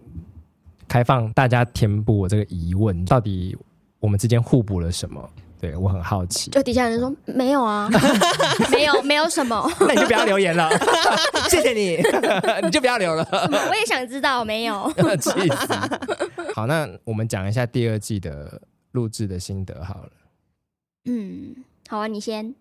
[SPEAKER 1] 开放大家填补我这个疑问，到底我们之间互补了什么？对我很好奇，
[SPEAKER 2] 就底下人说没有啊， 没有没有什么。
[SPEAKER 1] 那你就不要留言了， 谢谢你， 你就不要留了，
[SPEAKER 2] 我也想知道，没有
[SPEAKER 1] 气死。好，那我们讲一下第二季的录制的心得好了。
[SPEAKER 2] 嗯，好啊，你先。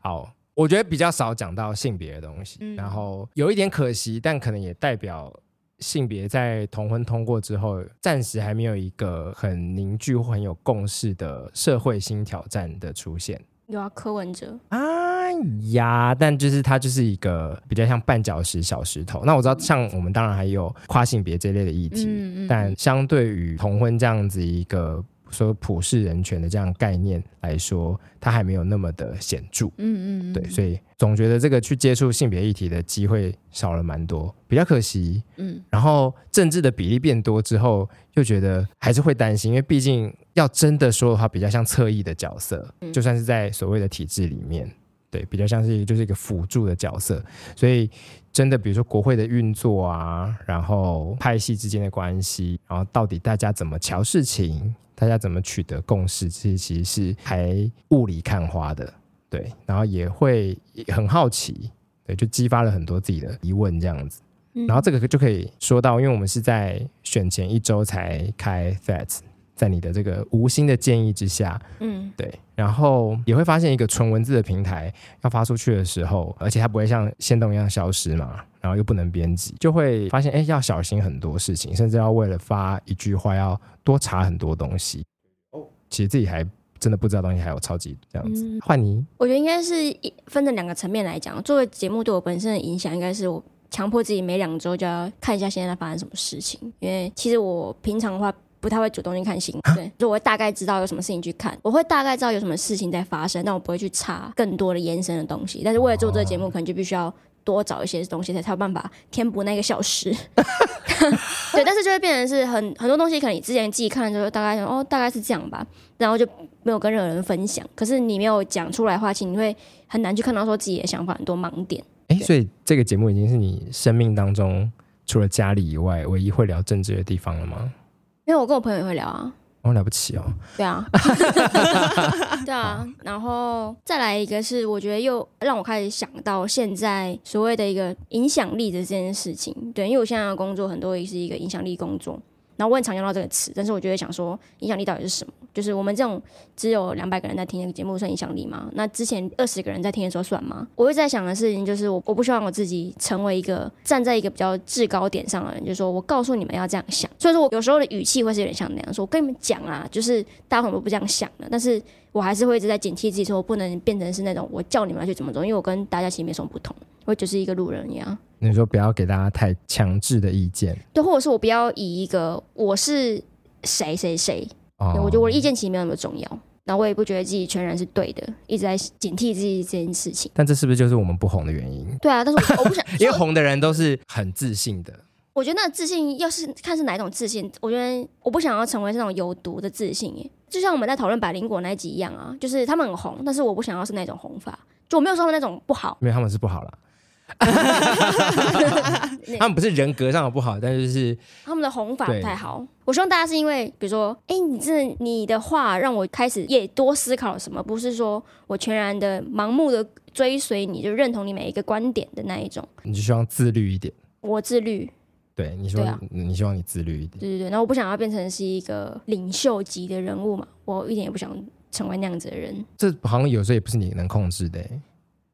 [SPEAKER 1] 好，我觉得比较少讲到性别的东西，
[SPEAKER 2] 嗯
[SPEAKER 1] 然后有一点可惜，但可能也代表性别在同婚通过之后，暂时还没有一个很凝聚或很有共识的社会新挑战的出现。
[SPEAKER 2] 有啊，柯文哲，
[SPEAKER 1] 哎呀，但就是它就是一个比较像绊脚石小石头。那我知道，像我们当然还有跨性别这类的议题，
[SPEAKER 2] 嗯嗯
[SPEAKER 1] 但相对于同婚这样子一个说普世人权的这样概念来说，它还没有那么的显著。
[SPEAKER 2] 嗯嗯，
[SPEAKER 1] 对，所以总觉得这个去接触性别议题的机会少了蛮多，比较可惜。
[SPEAKER 2] 嗯，
[SPEAKER 1] 然后政治的比例变多之后，又觉得还是会担心，因为毕竟要真的说的话，比较像侧翼的角色，
[SPEAKER 2] 嗯
[SPEAKER 1] 就算是在所谓的体制里面，对，比较像是一个就是一个辅助的角色，所以。真的，比如说国会的运作啊，然后派系之间的关系，然后到底大家怎么瞧事情，大家怎么取得共识，这些其实是还雾里看花的。对，然后也会很好奇，对，就激发了很多自己的疑问这样子。
[SPEAKER 2] 嗯
[SPEAKER 1] 然后这个就可以说到，因为我们是在选前一周才开 Threads，在你的这个无心的建议之下，
[SPEAKER 2] 嗯
[SPEAKER 1] 对，然后也会发现一个纯文字的平台要发出去的时候，而且它不会像线动一样消失嘛，然后又不能编辑，就会发现哎要小心很多事情，甚至要为了发一句话要多查很多东西。哦，其实自己还真的不知道东西还有超级这样子。
[SPEAKER 2] 嗯，
[SPEAKER 1] 换你
[SPEAKER 2] 我觉得应该是一分成两个层面来讲，作为节目对我本身的影响，应该是我强迫自己每两周就要看一下现在在发生什么事情，因为其实我平常的话。不太会主动去看新闻，对，就我会大概知道有什么事情去看，我会大概知道有什么事情在发生，但我不会去查更多的延伸的东西。但是为了做这个节目，可能就必须要多找一些东西，才才有办法填补那个小时。 对，但是就会变成是很很多东西，可能你之前自己看的时候，大概想哦，大概是这样吧，然后就没有跟任何人分享。可是你没有讲出来的话，其实你会很难去看到说自己的想法很多盲点。
[SPEAKER 1] 哎，
[SPEAKER 2] 对
[SPEAKER 1] 所以这个节目已经是你生命当中除了家里以外唯一会聊政治的地方了吗？
[SPEAKER 2] 因为我跟我朋友也会聊啊，
[SPEAKER 1] 哦，了不起哦！
[SPEAKER 2] 对啊，对啊，然后再来一个是，我觉得又让我开始想到现在所谓的一个影响力的这件事情。对，因为我现在的工作很多也是一个影响力工作，然后我很常用到这个词，但是我就会想说，影响力到底是什么？就是我们这种只有两百个人在听这个节目算影响力吗？那之前二十个人在听的时候算吗？我会在想的事情就是我，我不希望我自己成为一个站在一个比较制高点上的人，就是说我告诉你们要这样想。所以说我有时候的语气会是有点像那样说，我跟你们讲啊，就是大家可能都不这样想的，但是我还是会一直在警惕自己，说我不能变成是那种我叫你们要去怎么做，因为我跟大家其实没什么不同，我就是一个路人一样。
[SPEAKER 1] 你说不要给大家太强制的意见
[SPEAKER 2] 对，或者是我不要以一个我是谁谁谁
[SPEAKER 1] 哦
[SPEAKER 2] 对，我觉得我的意见其实没有那么重要，然后我也不觉得自己全然是对的，一直在警惕自己这件事情。
[SPEAKER 1] 但这是不是就是我们不红的原因？
[SPEAKER 2] 对啊，但是我我不想，
[SPEAKER 1] 因为
[SPEAKER 2] 所以
[SPEAKER 1] 红的人都是很自信的，
[SPEAKER 2] 我觉得那个自信，要是看是哪一种自信，我觉得我不想要成为那种有毒的自信耶。就像我们在讨论百灵果那一集一样啊，就是他们很红，但是我不想要是那种红法，就我没有说他们那种不好，
[SPEAKER 1] 因为他们是不好啦。
[SPEAKER 2] 那
[SPEAKER 1] 他们不是人格上的不好，但是是
[SPEAKER 2] 他们的红法
[SPEAKER 1] 对
[SPEAKER 2] 不太好。我希望大家是因为，比如说，哎、你这你的话让我开始也多思考什么，不是说我全然的盲目的追随你，就认同你每一个观点的那一种。
[SPEAKER 1] 你就希望自律一点。
[SPEAKER 2] 我自律，
[SPEAKER 1] 对，你说、
[SPEAKER 2] 对啊
[SPEAKER 1] 你希望你自律一点。
[SPEAKER 2] 对对对，然后我不想要变成是一个领袖级的人物嘛，我一点也不想成为那样子的人。
[SPEAKER 1] 这好像有时候也不是你能控制的、欸。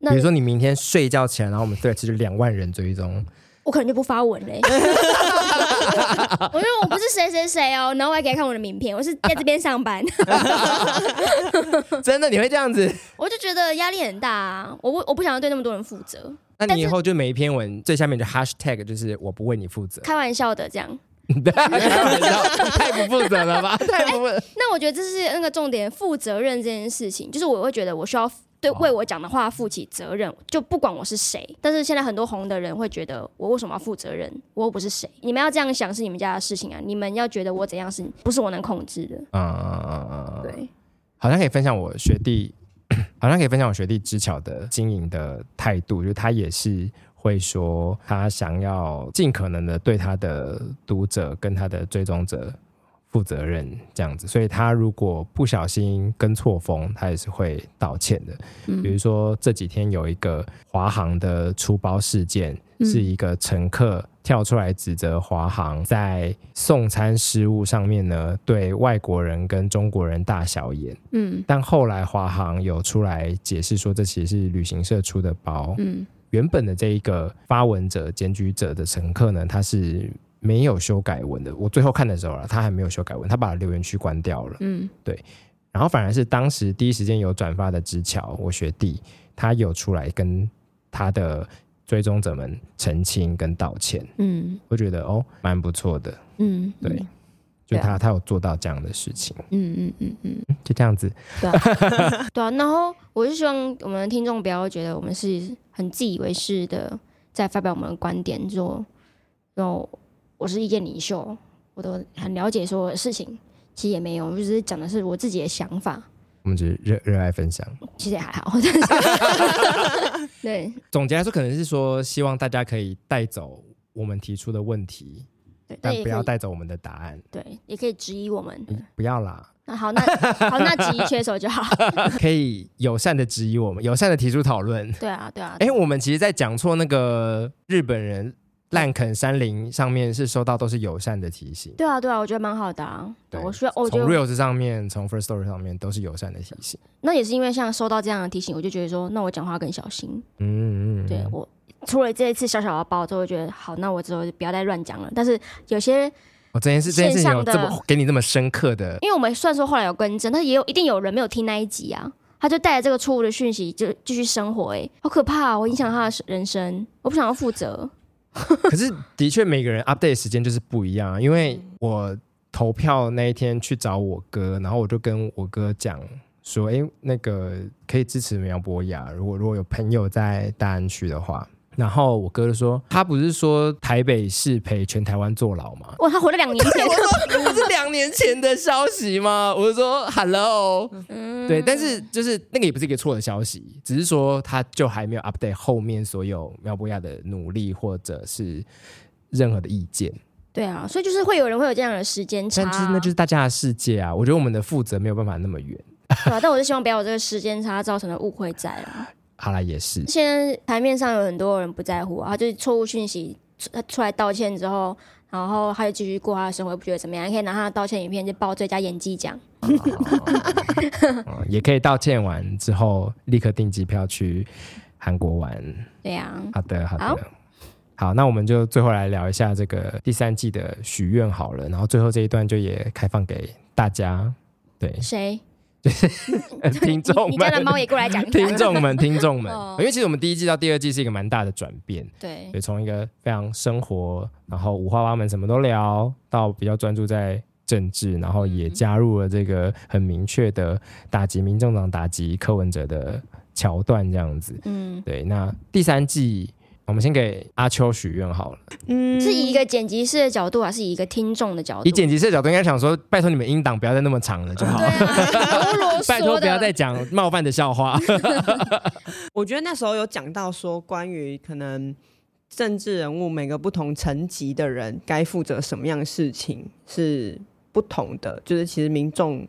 [SPEAKER 2] 那
[SPEAKER 1] 比如说你明天睡觉前，然后我们对，其实两万人追 踪，
[SPEAKER 2] 我可能就不发文嘞、我说我不是谁谁谁哦，然后我还给他看我的名片，我是在这边上班，
[SPEAKER 1] 真的你会这样子？
[SPEAKER 2] 我就觉得压力很大啊，我不我不想要对那么多人负责，
[SPEAKER 1] 那
[SPEAKER 2] 但
[SPEAKER 1] 你以后就每一篇文最下面的 hashtag 就是我不为你负责，
[SPEAKER 2] 开玩笑的这样。
[SPEAKER 1] 开玩笑 太不负责了吧？太不负责。
[SPEAKER 2] 那我觉得这是那个重点，负责任这件事情，就是我会觉得我需要对
[SPEAKER 1] 哇
[SPEAKER 2] 为我讲的话负起责任，就不管我是谁。但是现在很多红的人会觉得我为什么要负责任？我又不是谁，你们要这样想是你们家的事情啊，你们要觉得我怎样是不是我能控制的？
[SPEAKER 1] 嗯嗯嗯嗯嗯，
[SPEAKER 2] 对，
[SPEAKER 1] 好像可以分享我学弟， 好像可以分享我学弟知巧的经营的态度，就是他也是会说他想要尽可能的对他的读者跟他的追踪者负责任这样子，所以他如果不小心跟错风，他也是会道歉的。比如说这几天有一个华航的出包事件，是一个乘客跳出来指责华航在送餐失误上面呢，对外国人跟中国人大小眼。
[SPEAKER 2] 嗯
[SPEAKER 1] 但后来华航有出来解释说，这其实是旅行社出的包。
[SPEAKER 2] 嗯
[SPEAKER 1] 原本的这一个发文者、检举者的乘客呢，他是没有修改文的。我最后看的时候了，他还没有修改文，他把留言区关掉了。
[SPEAKER 2] 嗯
[SPEAKER 1] 然后反而是当时第一时间有转发的知巧，我学弟他有出来跟他的追踪者们澄清跟道歉，
[SPEAKER 4] 嗯
[SPEAKER 1] 我觉得哦蛮不错的，
[SPEAKER 4] 嗯，
[SPEAKER 1] 对，
[SPEAKER 4] 嗯
[SPEAKER 1] 就
[SPEAKER 4] 对啊
[SPEAKER 1] 他、他有做到这样的事情，
[SPEAKER 4] 嗯嗯嗯嗯，
[SPEAKER 1] 就这样子，
[SPEAKER 2] 对啊，然后我就希望我们的听众不要觉得我们是很自以为是的在发表我们的观点，说，然后我是意见领袖，我都很了解所有的事情，其实也没有，我只是讲的是我自己的想法，
[SPEAKER 1] 我们只是热热爱分享。
[SPEAKER 2] 其实也还好， 但是对
[SPEAKER 1] 总结来说，可能是说希望大家可以带走我们提出的问题，
[SPEAKER 2] 对，
[SPEAKER 1] 但
[SPEAKER 2] 也
[SPEAKER 1] 不
[SPEAKER 2] 可
[SPEAKER 1] 要
[SPEAKER 2] 以
[SPEAKER 1] 带嗯走我们的答案，
[SPEAKER 2] 对，也可以质疑我们。
[SPEAKER 1] 不要啦，
[SPEAKER 2] 那好，那好，那质疑缺手就好。
[SPEAKER 1] 可以友善的质疑我们，友善的提出讨论。
[SPEAKER 2] 对啊，对啊，
[SPEAKER 1] 哎，我们其实，在讲错那个日本人烂啃山林上面是收到都是友善的提醒，
[SPEAKER 2] 对啊，对啊，我觉得蛮好的啊。
[SPEAKER 1] 对
[SPEAKER 2] 我需要，我觉
[SPEAKER 1] 从
[SPEAKER 2] 得
[SPEAKER 1] Reels 上面，从 First Story 上面都是友善的提醒。
[SPEAKER 2] 那也是因为像收到这样的提醒，我就觉得说，那我讲话更小心。
[SPEAKER 1] 嗯嗯，嗯
[SPEAKER 2] 对我除了这一次小小的包之后，我觉得好，那我之后就不要再乱讲了。但是有些，
[SPEAKER 1] 我哦这件事这件事情有这
[SPEAKER 2] 线上
[SPEAKER 1] 么给你这么深刻的，
[SPEAKER 2] 因为我们虽然说后来有更正，但是也有一定有人没有听那一集啊，他就带着这个错误的讯息就继续生活、欸，好可怕、啊！我影响他的人生，我不想要负责。
[SPEAKER 1] 可是的确每个人 update 的时间就是不一样啊，因为我投票那一天去找我哥，然后我就跟我哥讲说，诶，那个可以支持苗博雅，如果如果有朋友在大安区的话。然后我哥就说，他不是说台北市陪全台湾坐牢吗？
[SPEAKER 2] 哇，他活了两年前，
[SPEAKER 1] 说不是两年前的消息吗？我就说 hello，、
[SPEAKER 2] 嗯
[SPEAKER 1] 对，但是就是那个也不是一个错的消息，只是说他就还没有 update 后面所有苗博亚的努力或者是任何的意见，
[SPEAKER 2] 对啊，所以就是会有人会有这样的时间差、
[SPEAKER 1] 但就是那就是大家的世界啊，我觉得我们的负责没有办法那么远。
[SPEAKER 2] 对啊，但我是希望不要有这个时间差造成的误会在啊。
[SPEAKER 1] 好啦，也是，
[SPEAKER 2] 现在台面上有很多人不在乎啊，他就是错误讯息，他出来道歉之后，然后他就继续过他的生活，不觉得怎么样，也可以拿他的道歉影片去报最佳演技奖。
[SPEAKER 1] 嗯也可以道歉完之后立刻订机票去韩国玩。
[SPEAKER 2] 对 啊，
[SPEAKER 1] 好的，好的。
[SPEAKER 2] 好
[SPEAKER 1] 好，那我们就最后来聊一下这个第三季的许愿好了，然后最后这一段就也开放给大家，对
[SPEAKER 2] 谁？
[SPEAKER 1] 听众
[SPEAKER 2] 你家的
[SPEAKER 1] 们、
[SPEAKER 2] 猫也过来讲一下。
[SPEAKER 1] 听众们、听众们
[SPEAKER 2] 哦，
[SPEAKER 1] 因为其实我们第一季到第二季是一个蛮大的转变，
[SPEAKER 2] 对
[SPEAKER 1] 对，从一个非常生活，然后五花八门什么都聊，到比较专注在政治，然后
[SPEAKER 2] 嗯
[SPEAKER 1] 也加入了这个很明确的打击民众党、打击柯文哲的桥段，这样子。
[SPEAKER 2] 嗯，
[SPEAKER 1] 对，那第三季我们先给阿秋许愿好了。
[SPEAKER 3] 嗯
[SPEAKER 2] 是以一个剪辑师的角度，啊还是以一个听众的角度？
[SPEAKER 1] 以剪辑师的角度，应该想说，拜托你们音档不要再那么长了就好
[SPEAKER 2] 对， 啊，多啰
[SPEAKER 1] 拜托
[SPEAKER 2] 嗦
[SPEAKER 1] 不要再
[SPEAKER 2] 的。
[SPEAKER 1] 讲冒犯的笑 话。
[SPEAKER 3] 我觉得那时候有讲到说，关于可能政治人物每个不同层级的人该负责什么样的事情是不同的，就是其实民众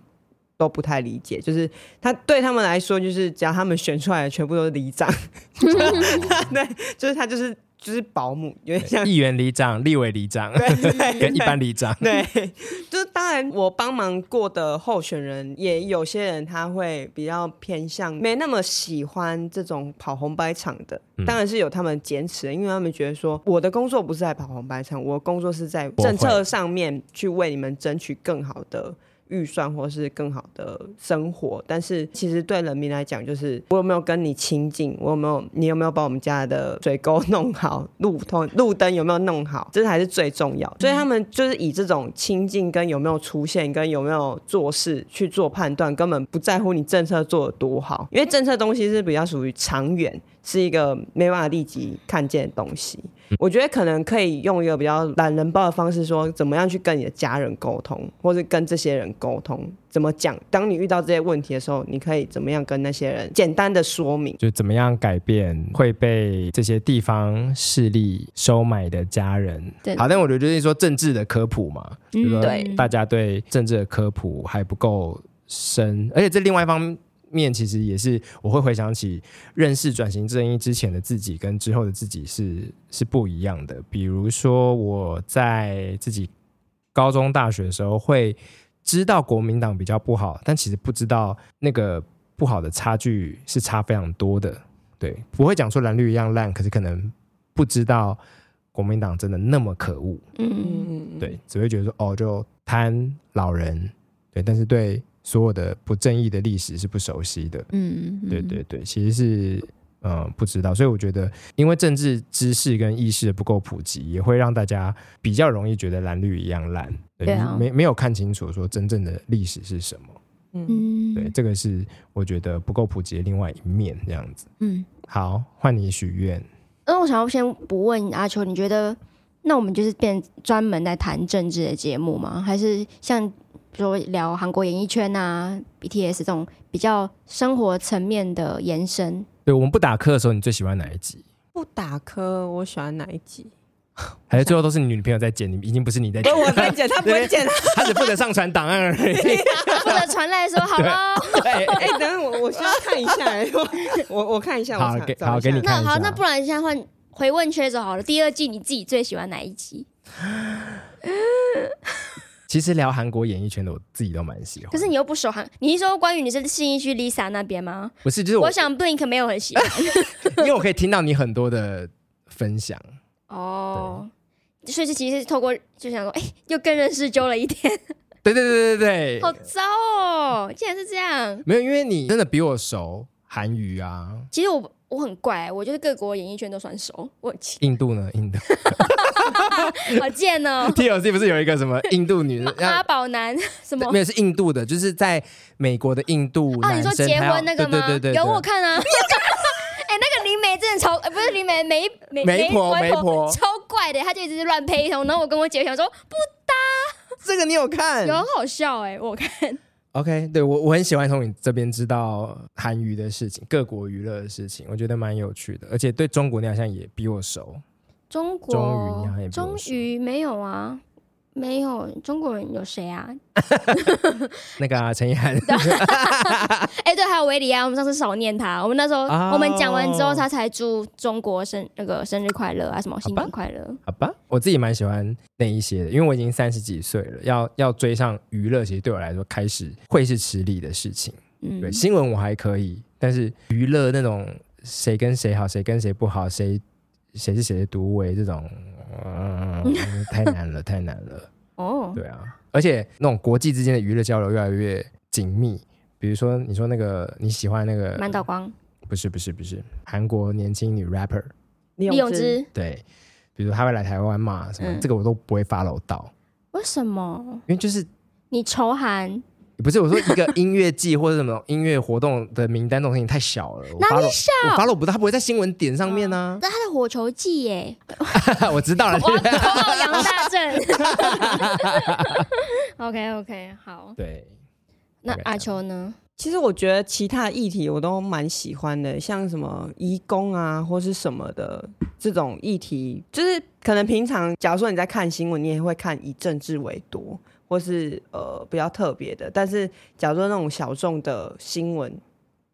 [SPEAKER 3] 都不太理解，就是他对他们来说，就是只要他们选出来的全部都是里长， 对，就是他就是就是保姆，有点像
[SPEAKER 1] 议员里长、立委里长 跟一般里长，
[SPEAKER 3] 对， 就是当然我帮忙过的候选人，也有些人他会比较偏向没那么喜欢这种跑红白场的，当然是有他们坚持的，因为他们觉得说我的工作不是在跑红白场，我的工作是在
[SPEAKER 1] 会
[SPEAKER 3] 政策上面去为你们争取更好的。预算或是更好的生活，但是其实对人民来讲，就是我有没有跟你亲近，我有没有你有没有把我们家的水沟弄好，路通路灯有没有弄好，这才是最重要。所以他们就是以这种亲近跟有没有出现，跟有没有做事去做判断，根本不在乎你政策做的多好，因为政策东西是比较属于长远，是一个没办法立即看见的东西。我觉得可能可以用一个比较懒人包的方式，说怎么样去跟你的家人沟通，或是跟这些人沟通，怎么讲。当你遇到这些问题的时候，你可以怎么样跟那些人简单的说明。
[SPEAKER 1] 就怎么样改变会被这些地方势力收买的家人。
[SPEAKER 2] 对
[SPEAKER 1] 好，但我觉得就是说政治的科普嘛，就
[SPEAKER 2] 嗯
[SPEAKER 1] 是说
[SPEAKER 2] 对
[SPEAKER 1] 大家对政治的科普还不够深，而且这另外一方面其实也是我会回想起认识转型正义之前的自己跟之后的自己是是不一样的。比如说我在自己高中、大学的时候会知道国民党比较不好，但其实不知道那个不好的差距是差非常多的。对，不会讲说蓝绿一样烂，可是可能不知道国民党真的那么可恶。
[SPEAKER 2] 嗯，
[SPEAKER 3] 嗯，
[SPEAKER 1] 对，只会觉得说哦，就贪老人，对，但是对所有的不正义的历史是不熟悉的。
[SPEAKER 4] 嗯，嗯
[SPEAKER 1] 对对对，其实是呃不知道，所以我觉得，因为政治知识跟意识的不够普及，也会让大家比较容易觉得蓝绿一样烂，
[SPEAKER 4] 对啊
[SPEAKER 1] 没没有看清楚说真正的历史是什么。
[SPEAKER 2] 嗯，
[SPEAKER 1] 对，这个是我觉得不够普及的另外一面，这样子。
[SPEAKER 4] 嗯，
[SPEAKER 1] 好，换你许愿。
[SPEAKER 2] 那我想要先不问阿秋，你觉得那我们就是变专门来谈政治的节目吗？还是像比如说聊韩国演艺圈啊、BTS 这种比较生活层面的 延伸？
[SPEAKER 1] 对我们不打磕的时候，你最喜欢哪一集？
[SPEAKER 3] 不打磕，我喜欢哪一集？
[SPEAKER 1] 还是最后都是你女朋友在剪，你已经不是你在剪
[SPEAKER 3] 不，，我不会剪，他不会剪。
[SPEAKER 1] 她只负责上传档案而已。
[SPEAKER 2] 或者传来说好了，
[SPEAKER 1] 对，
[SPEAKER 3] 哎、等等我，我需要看一下、哎我我我看一下，
[SPEAKER 1] 好
[SPEAKER 3] 我查
[SPEAKER 1] 给
[SPEAKER 3] 找一下
[SPEAKER 1] 好给你看
[SPEAKER 2] 那
[SPEAKER 1] 一
[SPEAKER 2] 好，
[SPEAKER 1] 下
[SPEAKER 2] 那不然现在换回问缺手好了。第二季你自己最喜欢哪一集？
[SPEAKER 1] 其实聊韩国演艺圈的，我自己都蛮喜欢。
[SPEAKER 2] 可是你又不熟韩，你是说关于你是信义区 Lisa 那边吗？
[SPEAKER 1] 不是，就是
[SPEAKER 2] 我
[SPEAKER 1] 我，
[SPEAKER 2] 想 Blink 没有 很喜欢
[SPEAKER 1] 因为我可以听到你很多的分享。
[SPEAKER 2] 哦。所以这其实是透过就想说，哎、又更认识周了一点，
[SPEAKER 1] 对对对对对
[SPEAKER 2] 好
[SPEAKER 1] 对，
[SPEAKER 2] 糟哦，竟然是这样。
[SPEAKER 1] 没有，因为你真的比我熟韩语啊。
[SPEAKER 2] 其实我我很怪，我就是各国演艺圈都算熟，我很奇
[SPEAKER 1] 印度呢？印度。
[SPEAKER 2] 好贱哦
[SPEAKER 1] TLC 不是有一个什么印度女的？
[SPEAKER 2] 阿宝男什么
[SPEAKER 1] 没？有是印度的，就是在美国的印度
[SPEAKER 2] 哦，你
[SPEAKER 1] 男
[SPEAKER 2] 说
[SPEAKER 1] 生，
[SPEAKER 2] 结
[SPEAKER 1] 他要
[SPEAKER 2] 婚那个
[SPEAKER 1] 对
[SPEAKER 2] 吗？
[SPEAKER 1] 对对对，
[SPEAKER 2] 有
[SPEAKER 1] 对
[SPEAKER 2] 我看啊。 哎、那个林梅真的超，呃不是林梅，梅梅
[SPEAKER 1] 媒婆
[SPEAKER 2] 媒
[SPEAKER 1] 媒婆
[SPEAKER 2] 超怪的，她就一直乱配一通。然后我跟我姐想说，
[SPEAKER 1] 这个你有看
[SPEAKER 2] 有很好笑哎、我看
[SPEAKER 1] OK，对我我很喜欢从你这边知道韩娱的事情，各国娱乐的事情，我觉得蛮有趣的，而且对中国你好像也比我熟。
[SPEAKER 2] 中国
[SPEAKER 1] 终于你好啊像也不用
[SPEAKER 2] 终于没有啊，没有中国人有谁啊？
[SPEAKER 1] 那个啊陈意 涵，
[SPEAKER 2] 哎、对，还有维里安，我们上次少念他，我们那时候、
[SPEAKER 1] 哦
[SPEAKER 2] 我们讲完之后，他才祝中国生那个生日快乐啊，什么新年快乐。
[SPEAKER 1] 好吧，我自己蛮喜欢那一些的，因为我已经三十几岁了，要要追上娱乐，其实对我来说开始会是吃力的事情。
[SPEAKER 2] 嗯
[SPEAKER 1] 对，新闻我还可以，但是娱乐那种谁跟谁好，谁跟谁不好，谁谁是谁的独唯这 种，嗯，太难了，太难了。
[SPEAKER 2] 哦，
[SPEAKER 1] 对啊，而且那种国际之间的娱乐交流越来越紧密。比如说，你说那个你喜欢那个
[SPEAKER 2] 满岛光、
[SPEAKER 1] 不是不是不是韩国年轻女 rapper，
[SPEAKER 3] 李
[SPEAKER 2] 李永
[SPEAKER 3] 永
[SPEAKER 2] 芝，
[SPEAKER 1] 对，比如她会来台湾嘛，什么、
[SPEAKER 2] 嗯
[SPEAKER 1] 这个我都不会 follow 到，
[SPEAKER 2] 为什么
[SPEAKER 1] 因为就是
[SPEAKER 2] 你仇韩？
[SPEAKER 1] 不是我说一个音乐季或者什么音乐活动的名单这种事情太小了，我
[SPEAKER 2] 哪
[SPEAKER 1] follow
[SPEAKER 2] 里小？
[SPEAKER 1] 我 follow 不到，他不会在新闻点上面 呢、
[SPEAKER 2] 那他的火球季 耶，
[SPEAKER 1] 啊。 我知道了，
[SPEAKER 2] 我头号杨大正。OK OK，好，
[SPEAKER 1] 对，
[SPEAKER 2] 那
[SPEAKER 1] 大概这样
[SPEAKER 2] 阿秋呢？
[SPEAKER 3] 其实我觉得其他议题我都蛮喜欢的，像什么移工啊，或是什么的这种议题，就是可能平常假如说你在看新闻，你也会看以政治为多，或是呃比较特别的。但是假如说那种小众的新闻，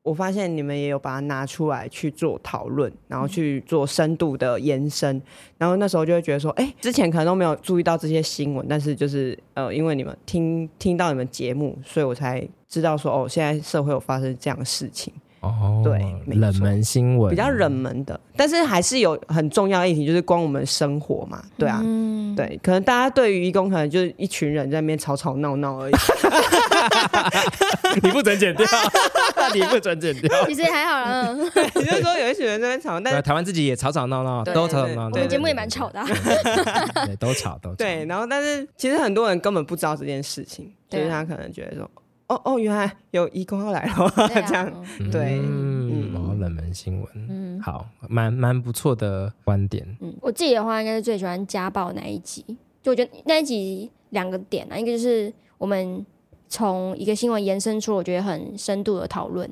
[SPEAKER 3] 我发现你们也有把它拿出来去做讨论，然后去做深度的延伸。然后那时候就会觉得说，哎、之前可能都没有注意到这些新闻，但是就是呃，因为你们听听到你们节目，所以我才知道说，哦，现在社会有发生这样的事情，
[SPEAKER 1] 哦，
[SPEAKER 3] 对没错
[SPEAKER 1] 冷门新闻
[SPEAKER 3] 比 较冷门的，但是还是有很重要的议题，就是关我们生活嘛，对啊。
[SPEAKER 2] 嗯，
[SPEAKER 3] 对，可能大家对于义工，可能就是一群人在那边吵吵闹 闹而已。
[SPEAKER 1] 你不准剪掉， 你不准剪掉。
[SPEAKER 2] 其实还好啦， 嗯
[SPEAKER 3] 你就说有一群人在那边吵，
[SPEAKER 1] 对，
[SPEAKER 3] 但是
[SPEAKER 1] 台湾自己也吵吵闹闹，
[SPEAKER 3] 对
[SPEAKER 1] 都吵吵闹闹。
[SPEAKER 3] 对
[SPEAKER 2] 我们节目也蛮吵的啊。
[SPEAKER 1] 对，对，都吵都吵。
[SPEAKER 3] 对，，然后但是其实很多人根本不知道这件事情，就
[SPEAKER 2] 对啊
[SPEAKER 3] 是他可能觉得说，哦哦，原来有义工要来了，
[SPEAKER 2] 对啊
[SPEAKER 3] 这样。
[SPEAKER 2] 嗯
[SPEAKER 3] 对
[SPEAKER 1] 嗯，
[SPEAKER 3] 嗯
[SPEAKER 1] 然后冷门新闻，
[SPEAKER 2] 嗯
[SPEAKER 1] 好，蛮蛮不错的观点。
[SPEAKER 2] 嗯，我自己的话应该是最喜欢家暴那一集，就我觉得那一集两个点啊，一个就是我们从一个新闻延伸出我觉得很深度的讨论，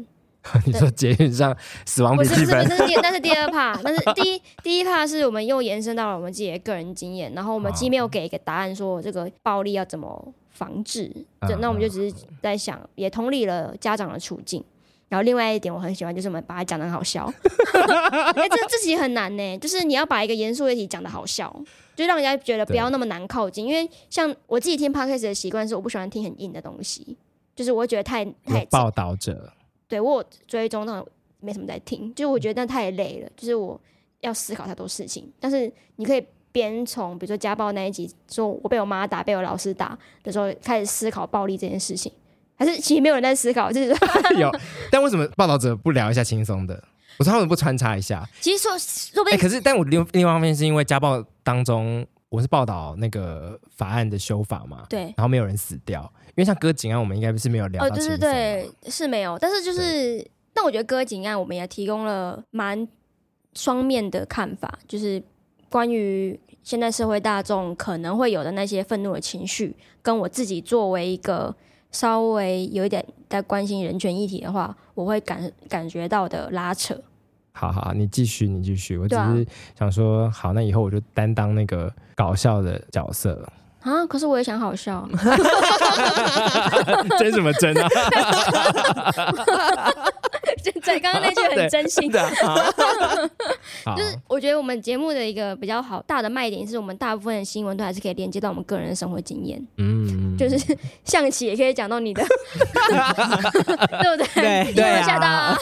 [SPEAKER 1] 你说捷运上死亡
[SPEAKER 2] 不
[SPEAKER 1] 笔
[SPEAKER 2] 是不
[SPEAKER 1] 记
[SPEAKER 2] 是不
[SPEAKER 1] 本
[SPEAKER 2] 是，，那是第那是第 二 part，但是第一第一 part 是我们又延伸到了我们自己的个人经验，然后我
[SPEAKER 1] 啊
[SPEAKER 2] 们既没有给一个答案，说这个暴力要怎么防治，对
[SPEAKER 1] 嗯
[SPEAKER 2] 那我们就只是在想，也同理了家长的处境。然后另外一点我很喜欢，就是我们把它讲的 好笑，哎、这这题很难呢，就是你要把一个严肃的题讲的好笑，就让人家觉得不要那么难靠近。因为像我自己听 podcast 的习惯是，我不喜欢听很硬的东西，就是我会觉得太太
[SPEAKER 1] 有报道者，
[SPEAKER 2] 对我有追踪，但我没什么在听，就是我觉得那太累了，就是我要思考太多事情。但是你可以边从比如说家暴那一集，说我被我妈打，被我老师打的时候，开始思考暴力这件事情，还是其实没有人在思考，就是
[SPEAKER 1] 有，但为什么报道者不聊一下轻松的？我说他们不穿插一下？
[SPEAKER 2] 其实说说不
[SPEAKER 1] 哎、
[SPEAKER 2] 定
[SPEAKER 1] 可是但我另另外一方面是因为家暴当中，我是报道那个法案的修法嘛，
[SPEAKER 2] 对
[SPEAKER 1] 然后没有人死掉，因为像歌警案，啊我们应该是没有聊
[SPEAKER 2] 哦，
[SPEAKER 1] 到
[SPEAKER 2] 对
[SPEAKER 1] 轻
[SPEAKER 2] 对
[SPEAKER 1] 松
[SPEAKER 2] 对，是没有，但是呃就是，但我觉得歌警案我们也提供了蛮双面的看法，就是关于现在社会大众可能会有的那些愤怒的情绪，跟我自己作为一个稍微有一点在关心人权议题的话，我会感感觉到的拉扯。
[SPEAKER 1] 好好，你继续，你继续。我只
[SPEAKER 2] 对啊
[SPEAKER 1] 是想说，好，那以后我就担当那个搞笑的角 色，
[SPEAKER 2] 啊！可是我也想好笑，
[SPEAKER 1] 真什么真啊？
[SPEAKER 2] 对，刚刚那句很真心。
[SPEAKER 1] 的啊 好
[SPEAKER 2] 就是我觉得我们节目的一个比较好大的卖点是我们大部分的新闻都还是可以连接到我们个人的生活经验，
[SPEAKER 1] 嗯，
[SPEAKER 2] 就是 象棋也可以讲到 你的，对不对？
[SPEAKER 3] 对
[SPEAKER 2] 英
[SPEAKER 3] 对
[SPEAKER 2] 文
[SPEAKER 3] 啊
[SPEAKER 2] 吓到啊，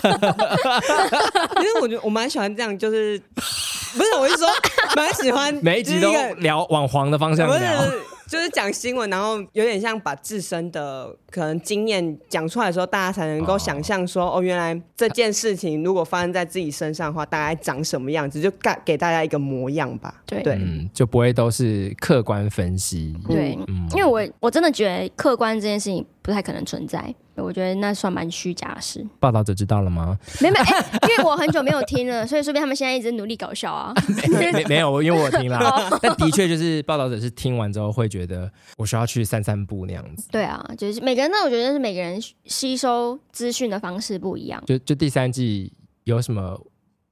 [SPEAKER 3] 其实我觉得我蛮喜欢这样，就是 不是我是说 蛮喜欢
[SPEAKER 1] 每一集都
[SPEAKER 3] 就是一个
[SPEAKER 1] 聊往黄的方向
[SPEAKER 3] 不
[SPEAKER 1] 聊，
[SPEAKER 3] 是就是讲新闻，然后有点像把自身的可能经验讲出来的时候，大家才能够
[SPEAKER 1] 哦
[SPEAKER 3] 想象说哦原来这件事情如果发生在自己身上的话，大概长什么样子，就给给大家一个模样吧。
[SPEAKER 2] 对
[SPEAKER 3] 对
[SPEAKER 1] 嗯，就不会都是客观分析。
[SPEAKER 2] 对，
[SPEAKER 1] 嗯
[SPEAKER 2] 因为我我真的觉得客观这件事情不太可能存在，我觉得那算蛮虚假的事。
[SPEAKER 1] 报道者知道了吗？
[SPEAKER 2] 没有没有，哎、因为我很久没有听了，所以说不定他们现在一直努力搞笑啊。
[SPEAKER 1] 没哎没没有，因为我听 啦。但的确就是报道者是听完之后会觉得我需要去散散步那样子。
[SPEAKER 2] 对啊，就是每个人，那我觉得是每个人吸收资讯的方式不一样。
[SPEAKER 1] 就就第三季有什么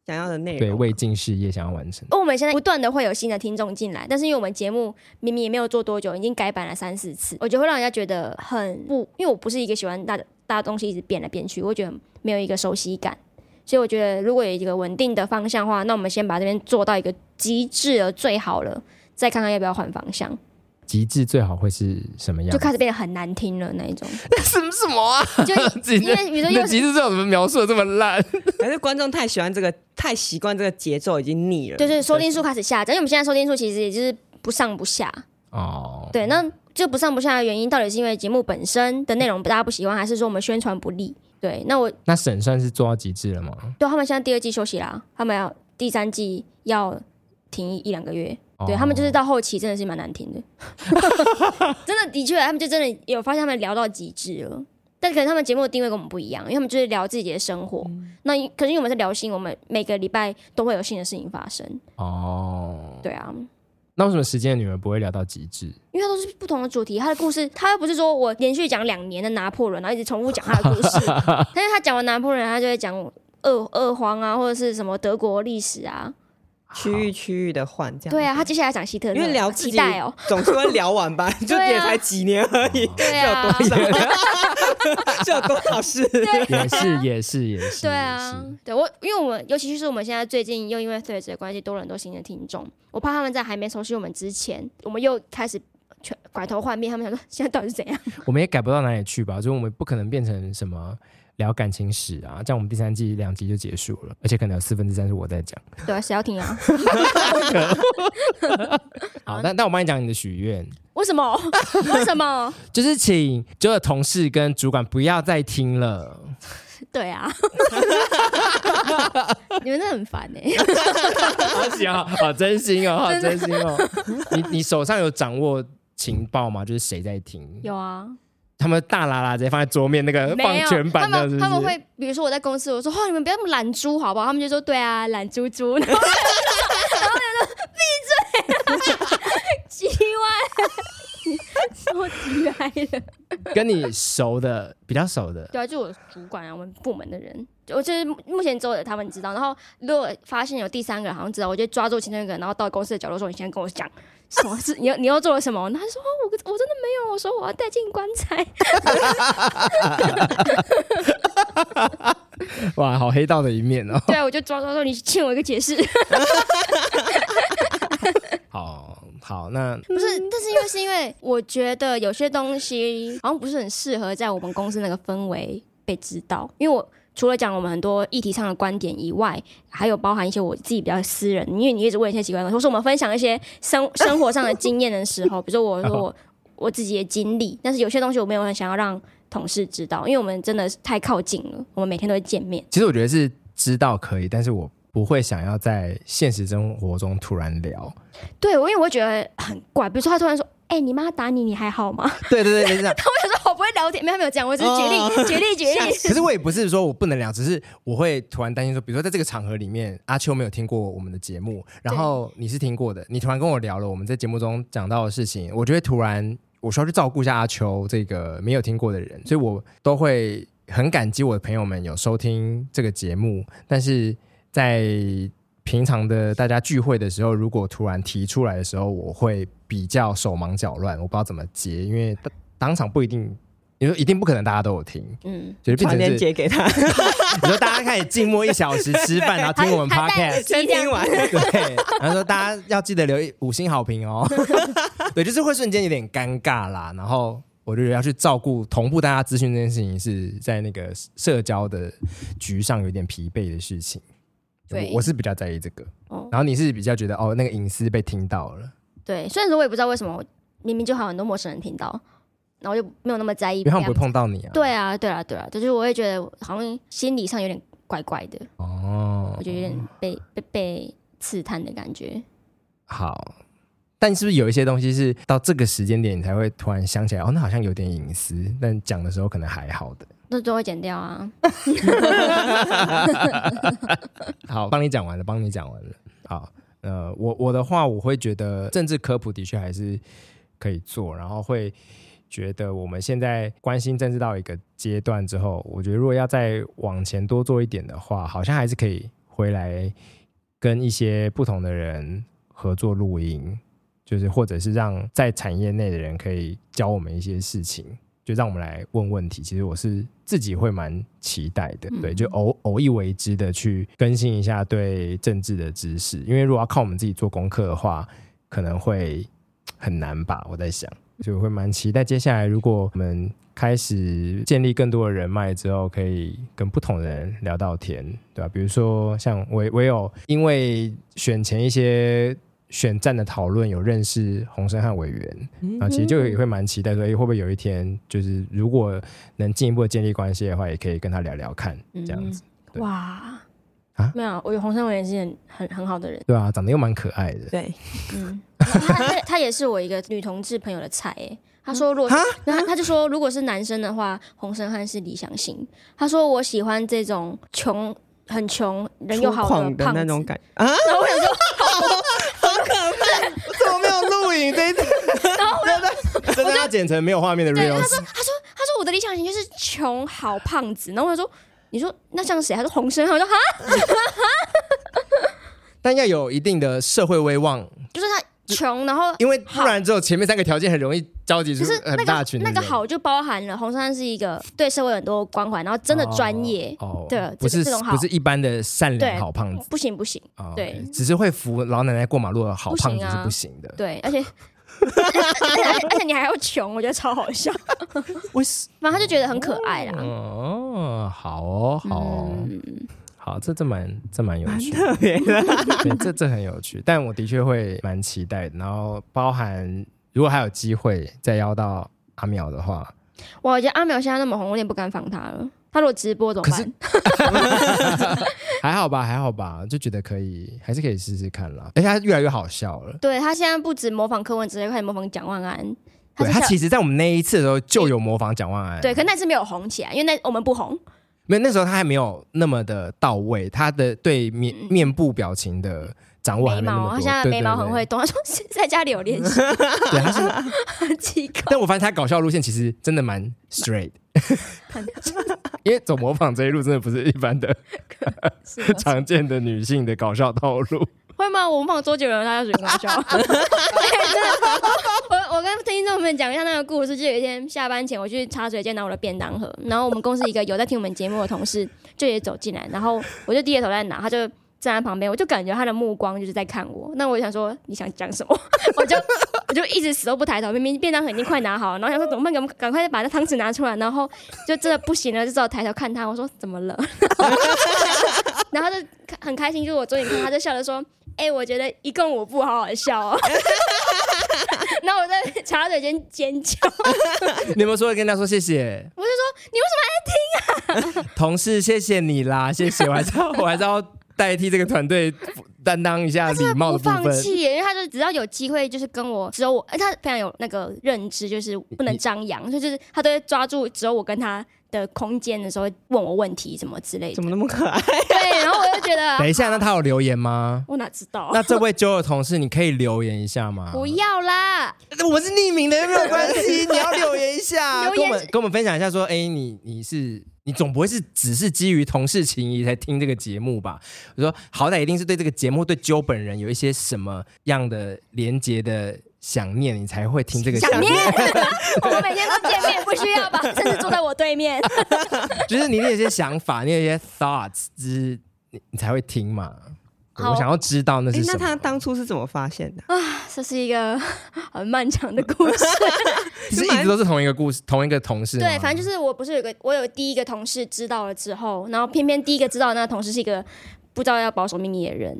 [SPEAKER 3] 想要的内容
[SPEAKER 1] 对未尽事业想要完成？
[SPEAKER 2] 因为我们现在不断的会有新的听众进来，但是因为我们节目明明也没有做多久，已经改版了三四次，我觉得会让人家觉得很不，因为我不是一个喜欢大大东西一直变来变去，我会觉得没有一个熟悉感。所以我觉得，如果有一个稳定的方向的话，那我们先把这边做到一个极致了最好了，再看看要不要换方向，
[SPEAKER 1] 极致最好会是什么样
[SPEAKER 2] 就
[SPEAKER 1] 子？
[SPEAKER 2] 开始变得很难听了那一种。
[SPEAKER 1] 什么什么 啊？
[SPEAKER 2] 就
[SPEAKER 1] 自己
[SPEAKER 2] 因为比如说
[SPEAKER 1] 那
[SPEAKER 2] 又
[SPEAKER 1] 极致最好怎么描述的这么 烂？
[SPEAKER 3] 还是观众太喜欢这个，太习惯这个节奏，已经腻了。
[SPEAKER 2] 就是收听数开始下降，因为我们现在收听数其实也就是不上不下，
[SPEAKER 1] 哦，
[SPEAKER 2] 对，那就不上不下的原因，到底是因为节目本身的内容大家不喜欢，还是说我们宣传不力？对，那我
[SPEAKER 1] 那沈算是做到极致了吗？
[SPEAKER 2] 对他们现在第二季休息啦，他们要第三季要停一两个月。对他们就是
[SPEAKER 1] 哦
[SPEAKER 2] 到后期真的是蛮难听的，真的的确，他们就真的有发现他们聊到极致了。但可能他们节目的定位跟我们不一样，因为他们就是聊自己的生活。那因可是因为我们是聊新闻，我们每个礼拜都会有新的事情发生。
[SPEAKER 1] 哦。
[SPEAKER 2] 对啊，
[SPEAKER 1] 那为什么时间的女儿不会聊到极 致？
[SPEAKER 2] 因为它都是不同的主题，它的故事，它又不是说我连续讲两年的拿破仑，然后一直重复讲他的故事。但是他讲完拿破仑，他就会讲俄俄皇啊，或者是什么德国历史啊。
[SPEAKER 3] 区域区域的换这样。
[SPEAKER 2] 对啊，，他接下来讲希特勒，
[SPEAKER 3] 因为聊自
[SPEAKER 2] 期
[SPEAKER 3] 己
[SPEAKER 2] 待哦。
[SPEAKER 3] 总是会聊完吧， 就
[SPEAKER 2] 对啊
[SPEAKER 3] 也才几年而已，
[SPEAKER 2] 对 啊，
[SPEAKER 3] 就有多少，就有多少事。
[SPEAKER 1] 也是也是也是，
[SPEAKER 2] 对
[SPEAKER 1] 也是，，
[SPEAKER 2] 啊对我，因为我们尤其是我们现在最近又因为 Threads 的关系多了很多新的听众，我怕他们在还没熟悉我们之前，我们又开始全拐头换面，他们想说现在到底是怎样？
[SPEAKER 1] 我们也改不到哪里去吧，就是我们不可能变成什么聊感情史啊，这样我们第三季两集就结束了，而且可能有四分之三是我在讲。
[SPEAKER 2] 对啊，谁要听啊？
[SPEAKER 1] 好，那那我帮你讲你的许愿，
[SPEAKER 2] 为什么？ 为什么？
[SPEAKER 1] 就是请所有的同事跟主管不要再听 了。
[SPEAKER 2] 对 啊，你们真的很烦哎、
[SPEAKER 1] 好行哦，好真心哦，好真心哦。你你手上有掌握情报吗？就是谁在听？
[SPEAKER 2] 有啊，
[SPEAKER 1] 他们大喇喇直接放在桌面那个呃放
[SPEAKER 2] 没有
[SPEAKER 1] 全
[SPEAKER 2] 他
[SPEAKER 1] 版的，是
[SPEAKER 2] 们
[SPEAKER 1] 不
[SPEAKER 2] 他们
[SPEAKER 1] 是？
[SPEAKER 2] 会，比如说我在公司，我说哦，你们不要那么懒猪好不好？他们就说对啊，懒猪 猪，然后然后就啊说闭嘴，叽 歪，说叽歪了。
[SPEAKER 1] 跟你熟的比较熟的，
[SPEAKER 2] 对啊，就我主管啊，我们部门的人，我就是目前只有他们知道。然后如果发现有第三个人好像知道，我就抓住其中一个人，然后到公司的角落说：“你先跟我讲什么事，你又你又做了什么？”然后他说：“哦我我真的没有。”我说：“我要带进棺材。
[SPEAKER 1] 哇，好黑道的一面哦”。
[SPEAKER 2] 对啊，我就抓抓说：“你欠我一个解释。
[SPEAKER 1] 好好，那”
[SPEAKER 2] 不是，但是因为是因为我觉得有些东西好像不是很适合在我们公司那个氛围被知道，因为我。除了讲我们很多议题上的观点以外，还有包含一些我自己比较私人，因为你一直问一些奇怪的东西，或是我们分享一些 生生活上的经验的时候，比如说我说我我自己的经历，但是有些东西我没有很想要让同事知道，因为我们真的是太靠近了，我们每天都会见面。
[SPEAKER 1] 其实我觉得是知道可以，但是我不会想要在现实生活中突然聊。
[SPEAKER 2] 对，我因为我会觉得很怪，比如说他突然说：“哎、你妈打你，你还好吗。？”
[SPEAKER 1] 对对对，就是这样
[SPEAKER 2] 我想说好不会聊天，没有没有讲，我只是举例、
[SPEAKER 1] 哦
[SPEAKER 2] 举例举 例。
[SPEAKER 1] 可是我也不是说我不能聊，只是我会突然担心说，比如说在这个场合里面，阿秋没有听过我们的节目，然后你是听过的，你突然跟我聊了我们在节目中讲到的事情，我就会突然我需要去照顾一下阿秋这个没有听过的人，所以我都会很感激我的朋友们有收听这个节目，但是在平常的大家聚会的时候，如果突然提出来的时候，我会比较手忙脚乱，我不知道怎么接，因为当当场不一定。你说一定不可能大家都有听，
[SPEAKER 2] 嗯，
[SPEAKER 1] 就是变
[SPEAKER 3] 传
[SPEAKER 1] 成
[SPEAKER 3] 链
[SPEAKER 1] 是，
[SPEAKER 3] 接给他，
[SPEAKER 1] 你说大家开始静默一小时吃 饭，然后听我们
[SPEAKER 2] 还还带
[SPEAKER 1] podcast，
[SPEAKER 3] 先听完。
[SPEAKER 1] 对，然后说大家要记得留一五星好评 哦，对，就是会瞬间有点尴尬啦。然后我就觉得要去照顾同步大家资讯这件事情，是在那个社交的局上有点疲惫的事情。
[SPEAKER 2] 对
[SPEAKER 1] 我我是比较在意这个，
[SPEAKER 2] 哦
[SPEAKER 1] 然后你是比较觉得哦，那个隐私被听到了，
[SPEAKER 2] 对，虽然说我也不知道为什么，明明就还有很多陌生人听到，然后我就没有那么在意。
[SPEAKER 1] 因为他们不会碰到你啊。，
[SPEAKER 2] 对啊，对啊，对啊，就是我会觉得好像心理上有点怪怪的，
[SPEAKER 1] 哦
[SPEAKER 2] 我，觉得有点被被被刺探的感觉。
[SPEAKER 1] 好。但是不是有一些东西是到这个时间点你才会突然想起来？哦，那好像有点隐私，但讲的时候可能还好的。
[SPEAKER 2] 那都会剪掉啊。
[SPEAKER 1] 好，帮你讲完了，帮你讲完了。好，呃，我我的话，我会觉得政治科普的确还是可以做，然后会觉得我们现在关心政治到一个阶段之后，我觉得如果要再往前多做一点的话，好像还是可以回来跟一些不同的人合作录音，就是或者是让在产业内的人可以教我们一些事情。就让我们来问问题。其实我是自己会蛮期待的，
[SPEAKER 2] 嗯
[SPEAKER 1] 对，就偶偶一为之的去更新一下对政治的知识，因为如果要靠我们自己做功课的话，可能会很难吧。我在想，所以我会蛮期待接下来如果我们开始建立更多的人脉之后，可以跟不同的人聊到天，对吧、比如说像我我有因为选前一些。选战的讨论有认识洪生汉委员，啊，其实就也会蛮期待说，哎、会不会有一天，就是如果能进一步的建立关系的话，也可以跟他聊聊看，这样子，对
[SPEAKER 2] 哇，
[SPEAKER 1] 啊
[SPEAKER 2] 没有，我觉得洪山委员是很很很好的人。
[SPEAKER 1] 对啊，长得又蛮可爱的，
[SPEAKER 3] 对，
[SPEAKER 2] 嗯， 他他他也是我一个女同志朋友的菜诶、他说如果，然后他就说，如果是男生的话，洪胜汉是理想型。他说我喜欢这种穷。很穷，人又
[SPEAKER 3] 粗
[SPEAKER 2] 好
[SPEAKER 3] 犷的
[SPEAKER 2] 胖
[SPEAKER 3] 那
[SPEAKER 2] 子
[SPEAKER 3] 种感觉 啊，
[SPEAKER 2] 然后我想说，
[SPEAKER 3] 我 怎么没有录影这一段？
[SPEAKER 1] 真的要剪成没有画面的 reels，
[SPEAKER 2] 他说我的理想型就是穷好胖子。然后我想说，你说那像谁？他说洪胜汉。我说哈，
[SPEAKER 1] 但要有一定的社会威望，
[SPEAKER 2] 就是他穷，然后
[SPEAKER 1] 因为不然只有前面三个条件很容易交集出
[SPEAKER 2] 可是
[SPEAKER 1] 很
[SPEAKER 2] 那
[SPEAKER 1] 大
[SPEAKER 2] 个
[SPEAKER 1] 群的
[SPEAKER 2] 那个
[SPEAKER 1] 人
[SPEAKER 2] 好就包含了洪山是一个对社会有很多关怀，然后真的专业。
[SPEAKER 1] 哦，
[SPEAKER 2] 对
[SPEAKER 1] 不
[SPEAKER 2] 这
[SPEAKER 1] 是
[SPEAKER 2] 个这种好
[SPEAKER 1] 不是一般的善良
[SPEAKER 2] 对
[SPEAKER 1] 好胖子，
[SPEAKER 2] 不行不行，
[SPEAKER 1] 哦
[SPEAKER 2] 对
[SPEAKER 1] 只是会扶老奶奶过马路的好
[SPEAKER 2] 不
[SPEAKER 1] 胖
[SPEAKER 2] 行
[SPEAKER 1] 子
[SPEAKER 2] 啊
[SPEAKER 1] 是不行的，
[SPEAKER 2] 对，而且 而且你还要穷，我觉得超好笑。
[SPEAKER 1] 为什
[SPEAKER 2] 反正他就觉得很可爱啦。
[SPEAKER 1] 哦，好哦，好哦。
[SPEAKER 2] 嗯，
[SPEAKER 1] 好，这这蛮这蛮有趣的，
[SPEAKER 3] 特别的，
[SPEAKER 1] 对，这这很有趣，但我的确会蛮期待的。然后包含如果还有机会再邀到阿淼的话，
[SPEAKER 2] 哇我觉得阿苗现在那么红，我有点不敢访他了。他如果直播怎么
[SPEAKER 1] 可是
[SPEAKER 2] 办？
[SPEAKER 1] 还好吧，还好吧，就觉得可以，还是可以试试看啦。而且他越来越好笑了。
[SPEAKER 2] 对他现在不止模仿柯文哲，又开始模仿蒋万安。
[SPEAKER 1] 对
[SPEAKER 2] 是
[SPEAKER 1] 他
[SPEAKER 2] 像
[SPEAKER 1] 其实，在我们那一次的时候就有模仿蒋万安，
[SPEAKER 2] 对，可那次没有红起来，因为那我们不红。
[SPEAKER 1] 没有那时候他还没有那么的到位，他的对面面部表情的掌握还
[SPEAKER 2] 嗯眉
[SPEAKER 1] 没那么
[SPEAKER 2] 毛，
[SPEAKER 1] 多。
[SPEAKER 2] 他现在
[SPEAKER 1] 对
[SPEAKER 2] 眉 毛很会，动。他说是在家里有练习，
[SPEAKER 1] 对对对，对他是。
[SPEAKER 2] 很奇怪。
[SPEAKER 1] 但我发现他搞笑路线其实真的蛮 straight，因 为走模仿这一路真的不是一般的
[SPEAKER 2] 是吗
[SPEAKER 1] 常见的女性的搞笑套 路。
[SPEAKER 2] 会吗？我模仿周杰伦，大家觉得搞笑。对哎真的我我跟听众们讲一下那个故事，就有一天下班前，我去茶水间拿我的便当盒，然后我们公司一个有在听我们节目的同事就也走进来，然后我就低着头在拿，他就站在旁边，我就感觉他的目光就是在看我。那我就想说你想讲什么， 我就我就一直死都不抬头，明明便当盒已经快拿好了，然后想说怎么办，赶赶快把那汤匙拿出来，然后就真的不行了，就只好抬头看他，我说怎么了？ 然后他就很开心，就是我终于看他就笑着说。哎、我觉得一共我不好好笑哦。 然后我在茶水间尖 叫，
[SPEAKER 1] 你有没有说跟他说谢谢？
[SPEAKER 2] 我就说你为什啊
[SPEAKER 1] 同事，谢谢你啦，谢谢，我还是要 我还是要代替这个团队担当一下礼貌
[SPEAKER 2] 么不
[SPEAKER 1] 的部
[SPEAKER 2] 放
[SPEAKER 1] 分。
[SPEAKER 2] 弃？因为他就只要有机会，就是跟我只有我，哎他非常有那个认知，就是不能张扬，所以就是他都会抓住只有我跟他的空间的时候，问我问题什么之类的
[SPEAKER 3] 怎。么那么可爱？
[SPEAKER 2] 对，然后我就觉得
[SPEAKER 1] 等一下，那他有留言吗？
[SPEAKER 2] 我哪知道，
[SPEAKER 1] 那这位 j o 的同事，你可以留言一下吗？
[SPEAKER 2] 哦 不要啦，
[SPEAKER 1] 我们是匿名的，又没有关 系，你要留言一下，
[SPEAKER 2] 留言
[SPEAKER 1] 跟我们跟我们分享一下，说，哎、你你是你总不会是只是基于同事情谊才听这个节目吧？我说，好歹一定是对这个节目对揪本人有一些什么样的连结的想念，你才会听这个节
[SPEAKER 2] 想
[SPEAKER 1] 目。
[SPEAKER 2] 念，哦我们每天都见面，不需要吧？甚至坐在我对面，
[SPEAKER 1] 就是你有一些想法，你有一些 thoughts，就是你你才会听嘛。对
[SPEAKER 2] 好
[SPEAKER 1] 我想要知道那
[SPEAKER 3] 哎
[SPEAKER 1] 是，什
[SPEAKER 3] 那
[SPEAKER 1] 么。
[SPEAKER 3] 他当初是怎么发现的？
[SPEAKER 2] 这是一个很漫长的故事。
[SPEAKER 1] 是一直都是同一个故事，同一个同事吗。
[SPEAKER 2] 对，反正就是我不是有个我有第一个同事知道了之后，然后偏偏第一个知道的那个同事是一个不知道要保守秘密的人，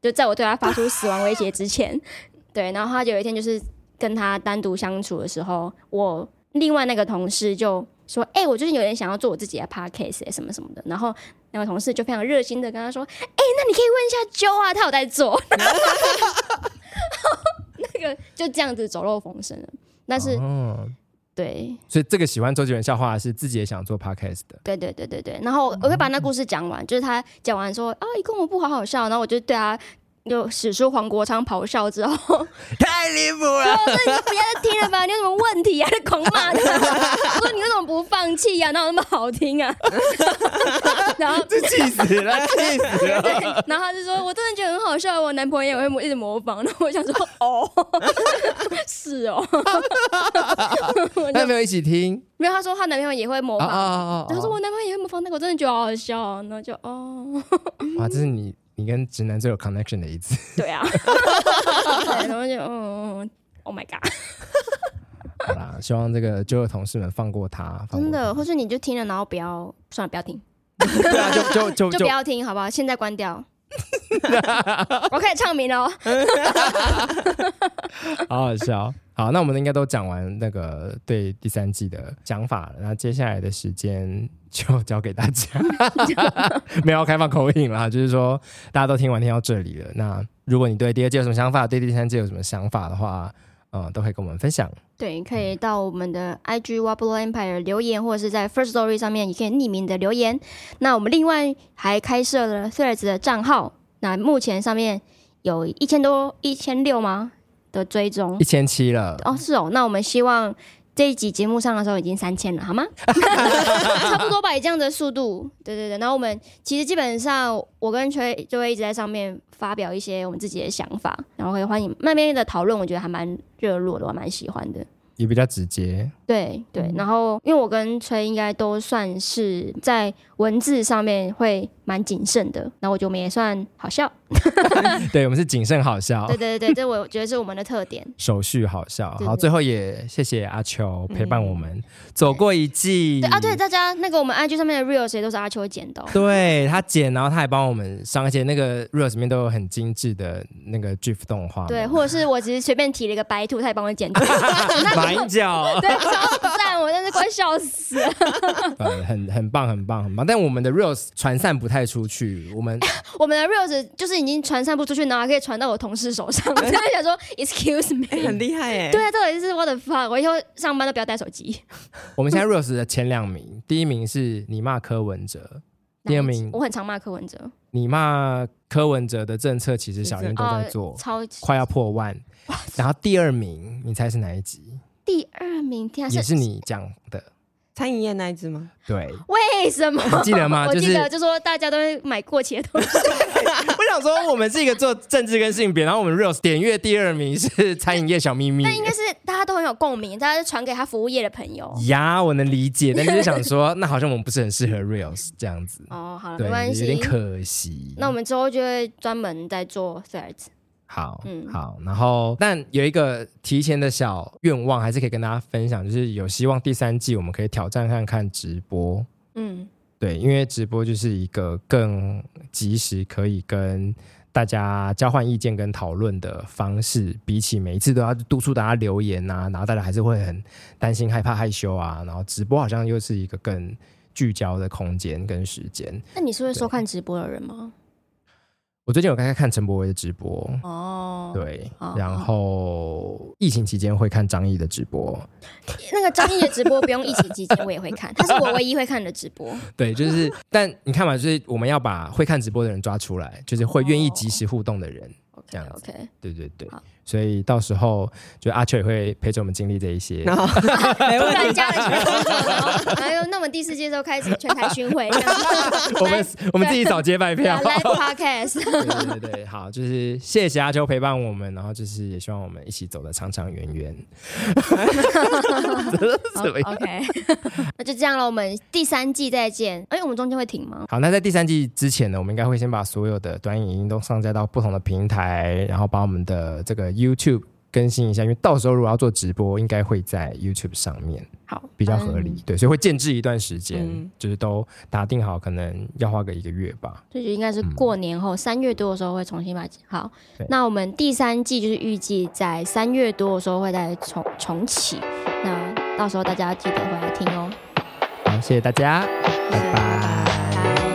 [SPEAKER 2] 就在我对他发出死亡威胁之前， 对，然后他有一天就是跟他单独相处的时候，我另外那个同事就说：“哎、我最近有点想要做我自己的 podcast、欸、什么什么的。”然后那个同事就非常热心的跟他说：“哎、那你可以问一下 Joe 啊，他有在做。” 然后那个就这样子走漏风声了，但是、
[SPEAKER 1] 哦，
[SPEAKER 2] 对。
[SPEAKER 1] 所以这个喜欢周杰伦笑话的是自己也想做 podcast 的。
[SPEAKER 2] 对对对对对，然后我会把那故事讲完，就是他讲完说啊，一公我不好好笑，然后我就对他就使出黄国昌咆哮之后，
[SPEAKER 1] 太离谱了！
[SPEAKER 2] 我说你不要再听了吧，你有什么问题啊？就狂骂他， 我说你为什么不放弃呀、啊？哪有那么好听啊？ 然后
[SPEAKER 1] 这气死了， 气死了！
[SPEAKER 2] 对，然后他就说我真的觉得很好笑，啊我男朋友也会一直模仿， 然后我想说哦， 是哦，我
[SPEAKER 1] 那
[SPEAKER 2] 就
[SPEAKER 1] 没有一起听
[SPEAKER 2] 没有他说他男朋友也会模
[SPEAKER 1] 啊
[SPEAKER 2] 仿。
[SPEAKER 1] 啊啊！
[SPEAKER 2] 他说我男朋友也会模仿那个，我真的觉得好好笑、哦，然后就哦，
[SPEAKER 1] 哇，这是你你跟直男最有 connection 的一次。
[SPEAKER 2] 对啊，对然后就嗯嗯嗯，Oh my god，
[SPEAKER 1] 好啦，希望这个就的同事们放过他，放
[SPEAKER 2] 真
[SPEAKER 1] 过
[SPEAKER 2] 的，或是你就听了，然后不要算了，不要听，
[SPEAKER 1] 他。对啊，就就
[SPEAKER 2] 就
[SPEAKER 1] 就
[SPEAKER 2] 不
[SPEAKER 1] 就
[SPEAKER 2] 要听，好不好？现在关 掉。我可以唱名了哦，
[SPEAKER 1] 好好笑。好，那我们应该都讲完那个对第三季的想法了，那接下来的时间就交给大 家，没有要开放口音啦，就是说大家都听完听到这里了。那如果你对第二季有什么想法，对第三季有什么想法的话，呃，都可以跟我们分享。
[SPEAKER 2] 对，可以到我们的 IG Wobble Empire 留言，或者是在 First Story 上面，也可以匿名的留言。那我们另外还开设了 Threads 的账号，那目前上面有一千多、一千六吗的追踪
[SPEAKER 1] 一？千七了，
[SPEAKER 2] 哦，是哦，那我们希望这一集节目上的时候已经三千了，好吗？ 差不多吧，以这样的速度，对对对。然后我们其实基本上，我跟崔就会一直在上面发表一些我们自己的想法，然后可以欢迎那边的讨论，我觉得还蛮热络的，我还蛮喜欢的。
[SPEAKER 1] 也比较直接。
[SPEAKER 2] 对对，然后因为我跟崔应该都算是在文字上面会蛮谨慎的，然后我觉得我们也算好笑，
[SPEAKER 1] 对，我们是谨慎好笑
[SPEAKER 2] 对，对对对，这我觉得是我们的特点。
[SPEAKER 1] 手续好笑。
[SPEAKER 2] 对
[SPEAKER 1] 好，
[SPEAKER 2] 对
[SPEAKER 1] 最后也谢谢阿秋陪伴我们走过一季。
[SPEAKER 2] 对啊，对大家那个我们 IG 上面的 reels 也都是阿秋 剪的、哦。
[SPEAKER 1] 对他剪，然后他还帮我们上，而且那个 reels 里面都有很精致的那个 GIF 动画，
[SPEAKER 2] 对，，或者是我只是随便提了一个白兔，他也帮我剪掉，
[SPEAKER 1] 马英九，
[SPEAKER 2] 对，超赞，我真是快笑死了。
[SPEAKER 1] 呃，很很棒，很棒，很棒。但我们的 reels 传散不太出去，我们
[SPEAKER 2] 我们的 reels 就是已经传散不出去，然后还可以传到我同事手上， 我就想说 excuse
[SPEAKER 3] 哎
[SPEAKER 2] me。
[SPEAKER 3] 很厉害哎！
[SPEAKER 2] 对啊，到底是 what the fuck？我以后上班都不要带手机。
[SPEAKER 1] 我们现在 reels 的前两名，第一名是你骂柯文哲，第二名
[SPEAKER 2] 我很常骂柯文哲，
[SPEAKER 1] 你骂柯文哲的政策其实小英都在做，
[SPEAKER 2] 超
[SPEAKER 1] 快要破万。然后第二名，你猜是哪一集？
[SPEAKER 2] 第二名，天啊，
[SPEAKER 1] 也是你讲的，
[SPEAKER 3] 餐饮业那一只吗？
[SPEAKER 1] 对。
[SPEAKER 2] 为什么？
[SPEAKER 1] 你记得吗
[SPEAKER 2] 我
[SPEAKER 1] 啊就是
[SPEAKER 2] 记得，就说大家都会买过期的东西，
[SPEAKER 1] 我想说，我们是一个做政治跟性别，然后我们 reels 点阅第二名是餐饮业小秘密。
[SPEAKER 2] 但应该是大家都很有共鸣，大家就传给他服务业的朋友。
[SPEAKER 1] 呀，我能理解，但就是想说，那好像我们不是很适合 reels 这样子，
[SPEAKER 2] 哦，好了，
[SPEAKER 1] 对
[SPEAKER 2] 没关，系
[SPEAKER 1] 有，点可惜。
[SPEAKER 2] 那我们之后就会专门在做 threads。
[SPEAKER 1] 好，
[SPEAKER 2] 嗯
[SPEAKER 1] 好，然后但有一个提前的小愿望，还是可以跟大家分享，就是有希望第三季我们可以挑战看看直播。
[SPEAKER 2] 嗯，
[SPEAKER 1] 对，因为直播就是一个更及时可以跟大家交换意见跟讨论的方式，比起每一次都要督促大家留言啊，然后大家还是会很担心、害怕、害羞啊。然后直播好像又是一个更聚焦的空间跟时间。
[SPEAKER 2] 那你是会收看直播的人吗？
[SPEAKER 1] 我最近有在看陈柏威的直播，
[SPEAKER 2] 哦，
[SPEAKER 1] 对
[SPEAKER 2] 哦，
[SPEAKER 1] 然后疫情期间会看张译的直播，
[SPEAKER 2] 那个张译的直播不用疫情期间我也会看，他是我唯一会看的直播。
[SPEAKER 1] 对，就是， 但你看嘛，就是我们要把会看直播的人抓出来，就是会愿意
[SPEAKER 2] 哦
[SPEAKER 1] 及时互动的人，这
[SPEAKER 2] OK
[SPEAKER 1] 样子
[SPEAKER 2] OK，
[SPEAKER 1] 对对对
[SPEAKER 2] 好，
[SPEAKER 1] 所以到时候就阿秋也会陪着我们经历这一些，
[SPEAKER 3] 然后没
[SPEAKER 2] 突
[SPEAKER 3] 问
[SPEAKER 2] 然
[SPEAKER 3] 题，
[SPEAKER 2] 加了新的工作，然后然后那我们第四届之后开始全台巡回，这样子
[SPEAKER 1] 我们我们自己找接拜
[SPEAKER 2] 对
[SPEAKER 1] 票
[SPEAKER 2] 啊。，live podcast，
[SPEAKER 1] 对对对对，好，就是谢谢阿秋陪伴我们，然后就是也希望我们一起走得长长远 远。
[SPEAKER 2] 好
[SPEAKER 1] 怎么样？
[SPEAKER 2] OK，那就这样了，我们第三季再见。哎，我们中间会停吗？
[SPEAKER 1] 好，那在第三季之前呢，我们应该会先把所有的短影音都上架到不同的平台，然后把我们的这个 YouTube 更新一下，因为到时候如果要做直播，应该会在 YouTube 上面
[SPEAKER 2] 好，
[SPEAKER 1] 比较合理。对，所以会建制一段时间，
[SPEAKER 3] 嗯
[SPEAKER 1] 就是都打定好，可能要花个一个月吧。
[SPEAKER 2] 这就应该是过年后三月多的时候会重新把好
[SPEAKER 1] 嗯对。
[SPEAKER 2] 那我们第三季就是预计在三月多的时候会再重重启，那到时候大家记得回来听哦。
[SPEAKER 1] 好，谢谢大家，拜拜
[SPEAKER 2] 拜。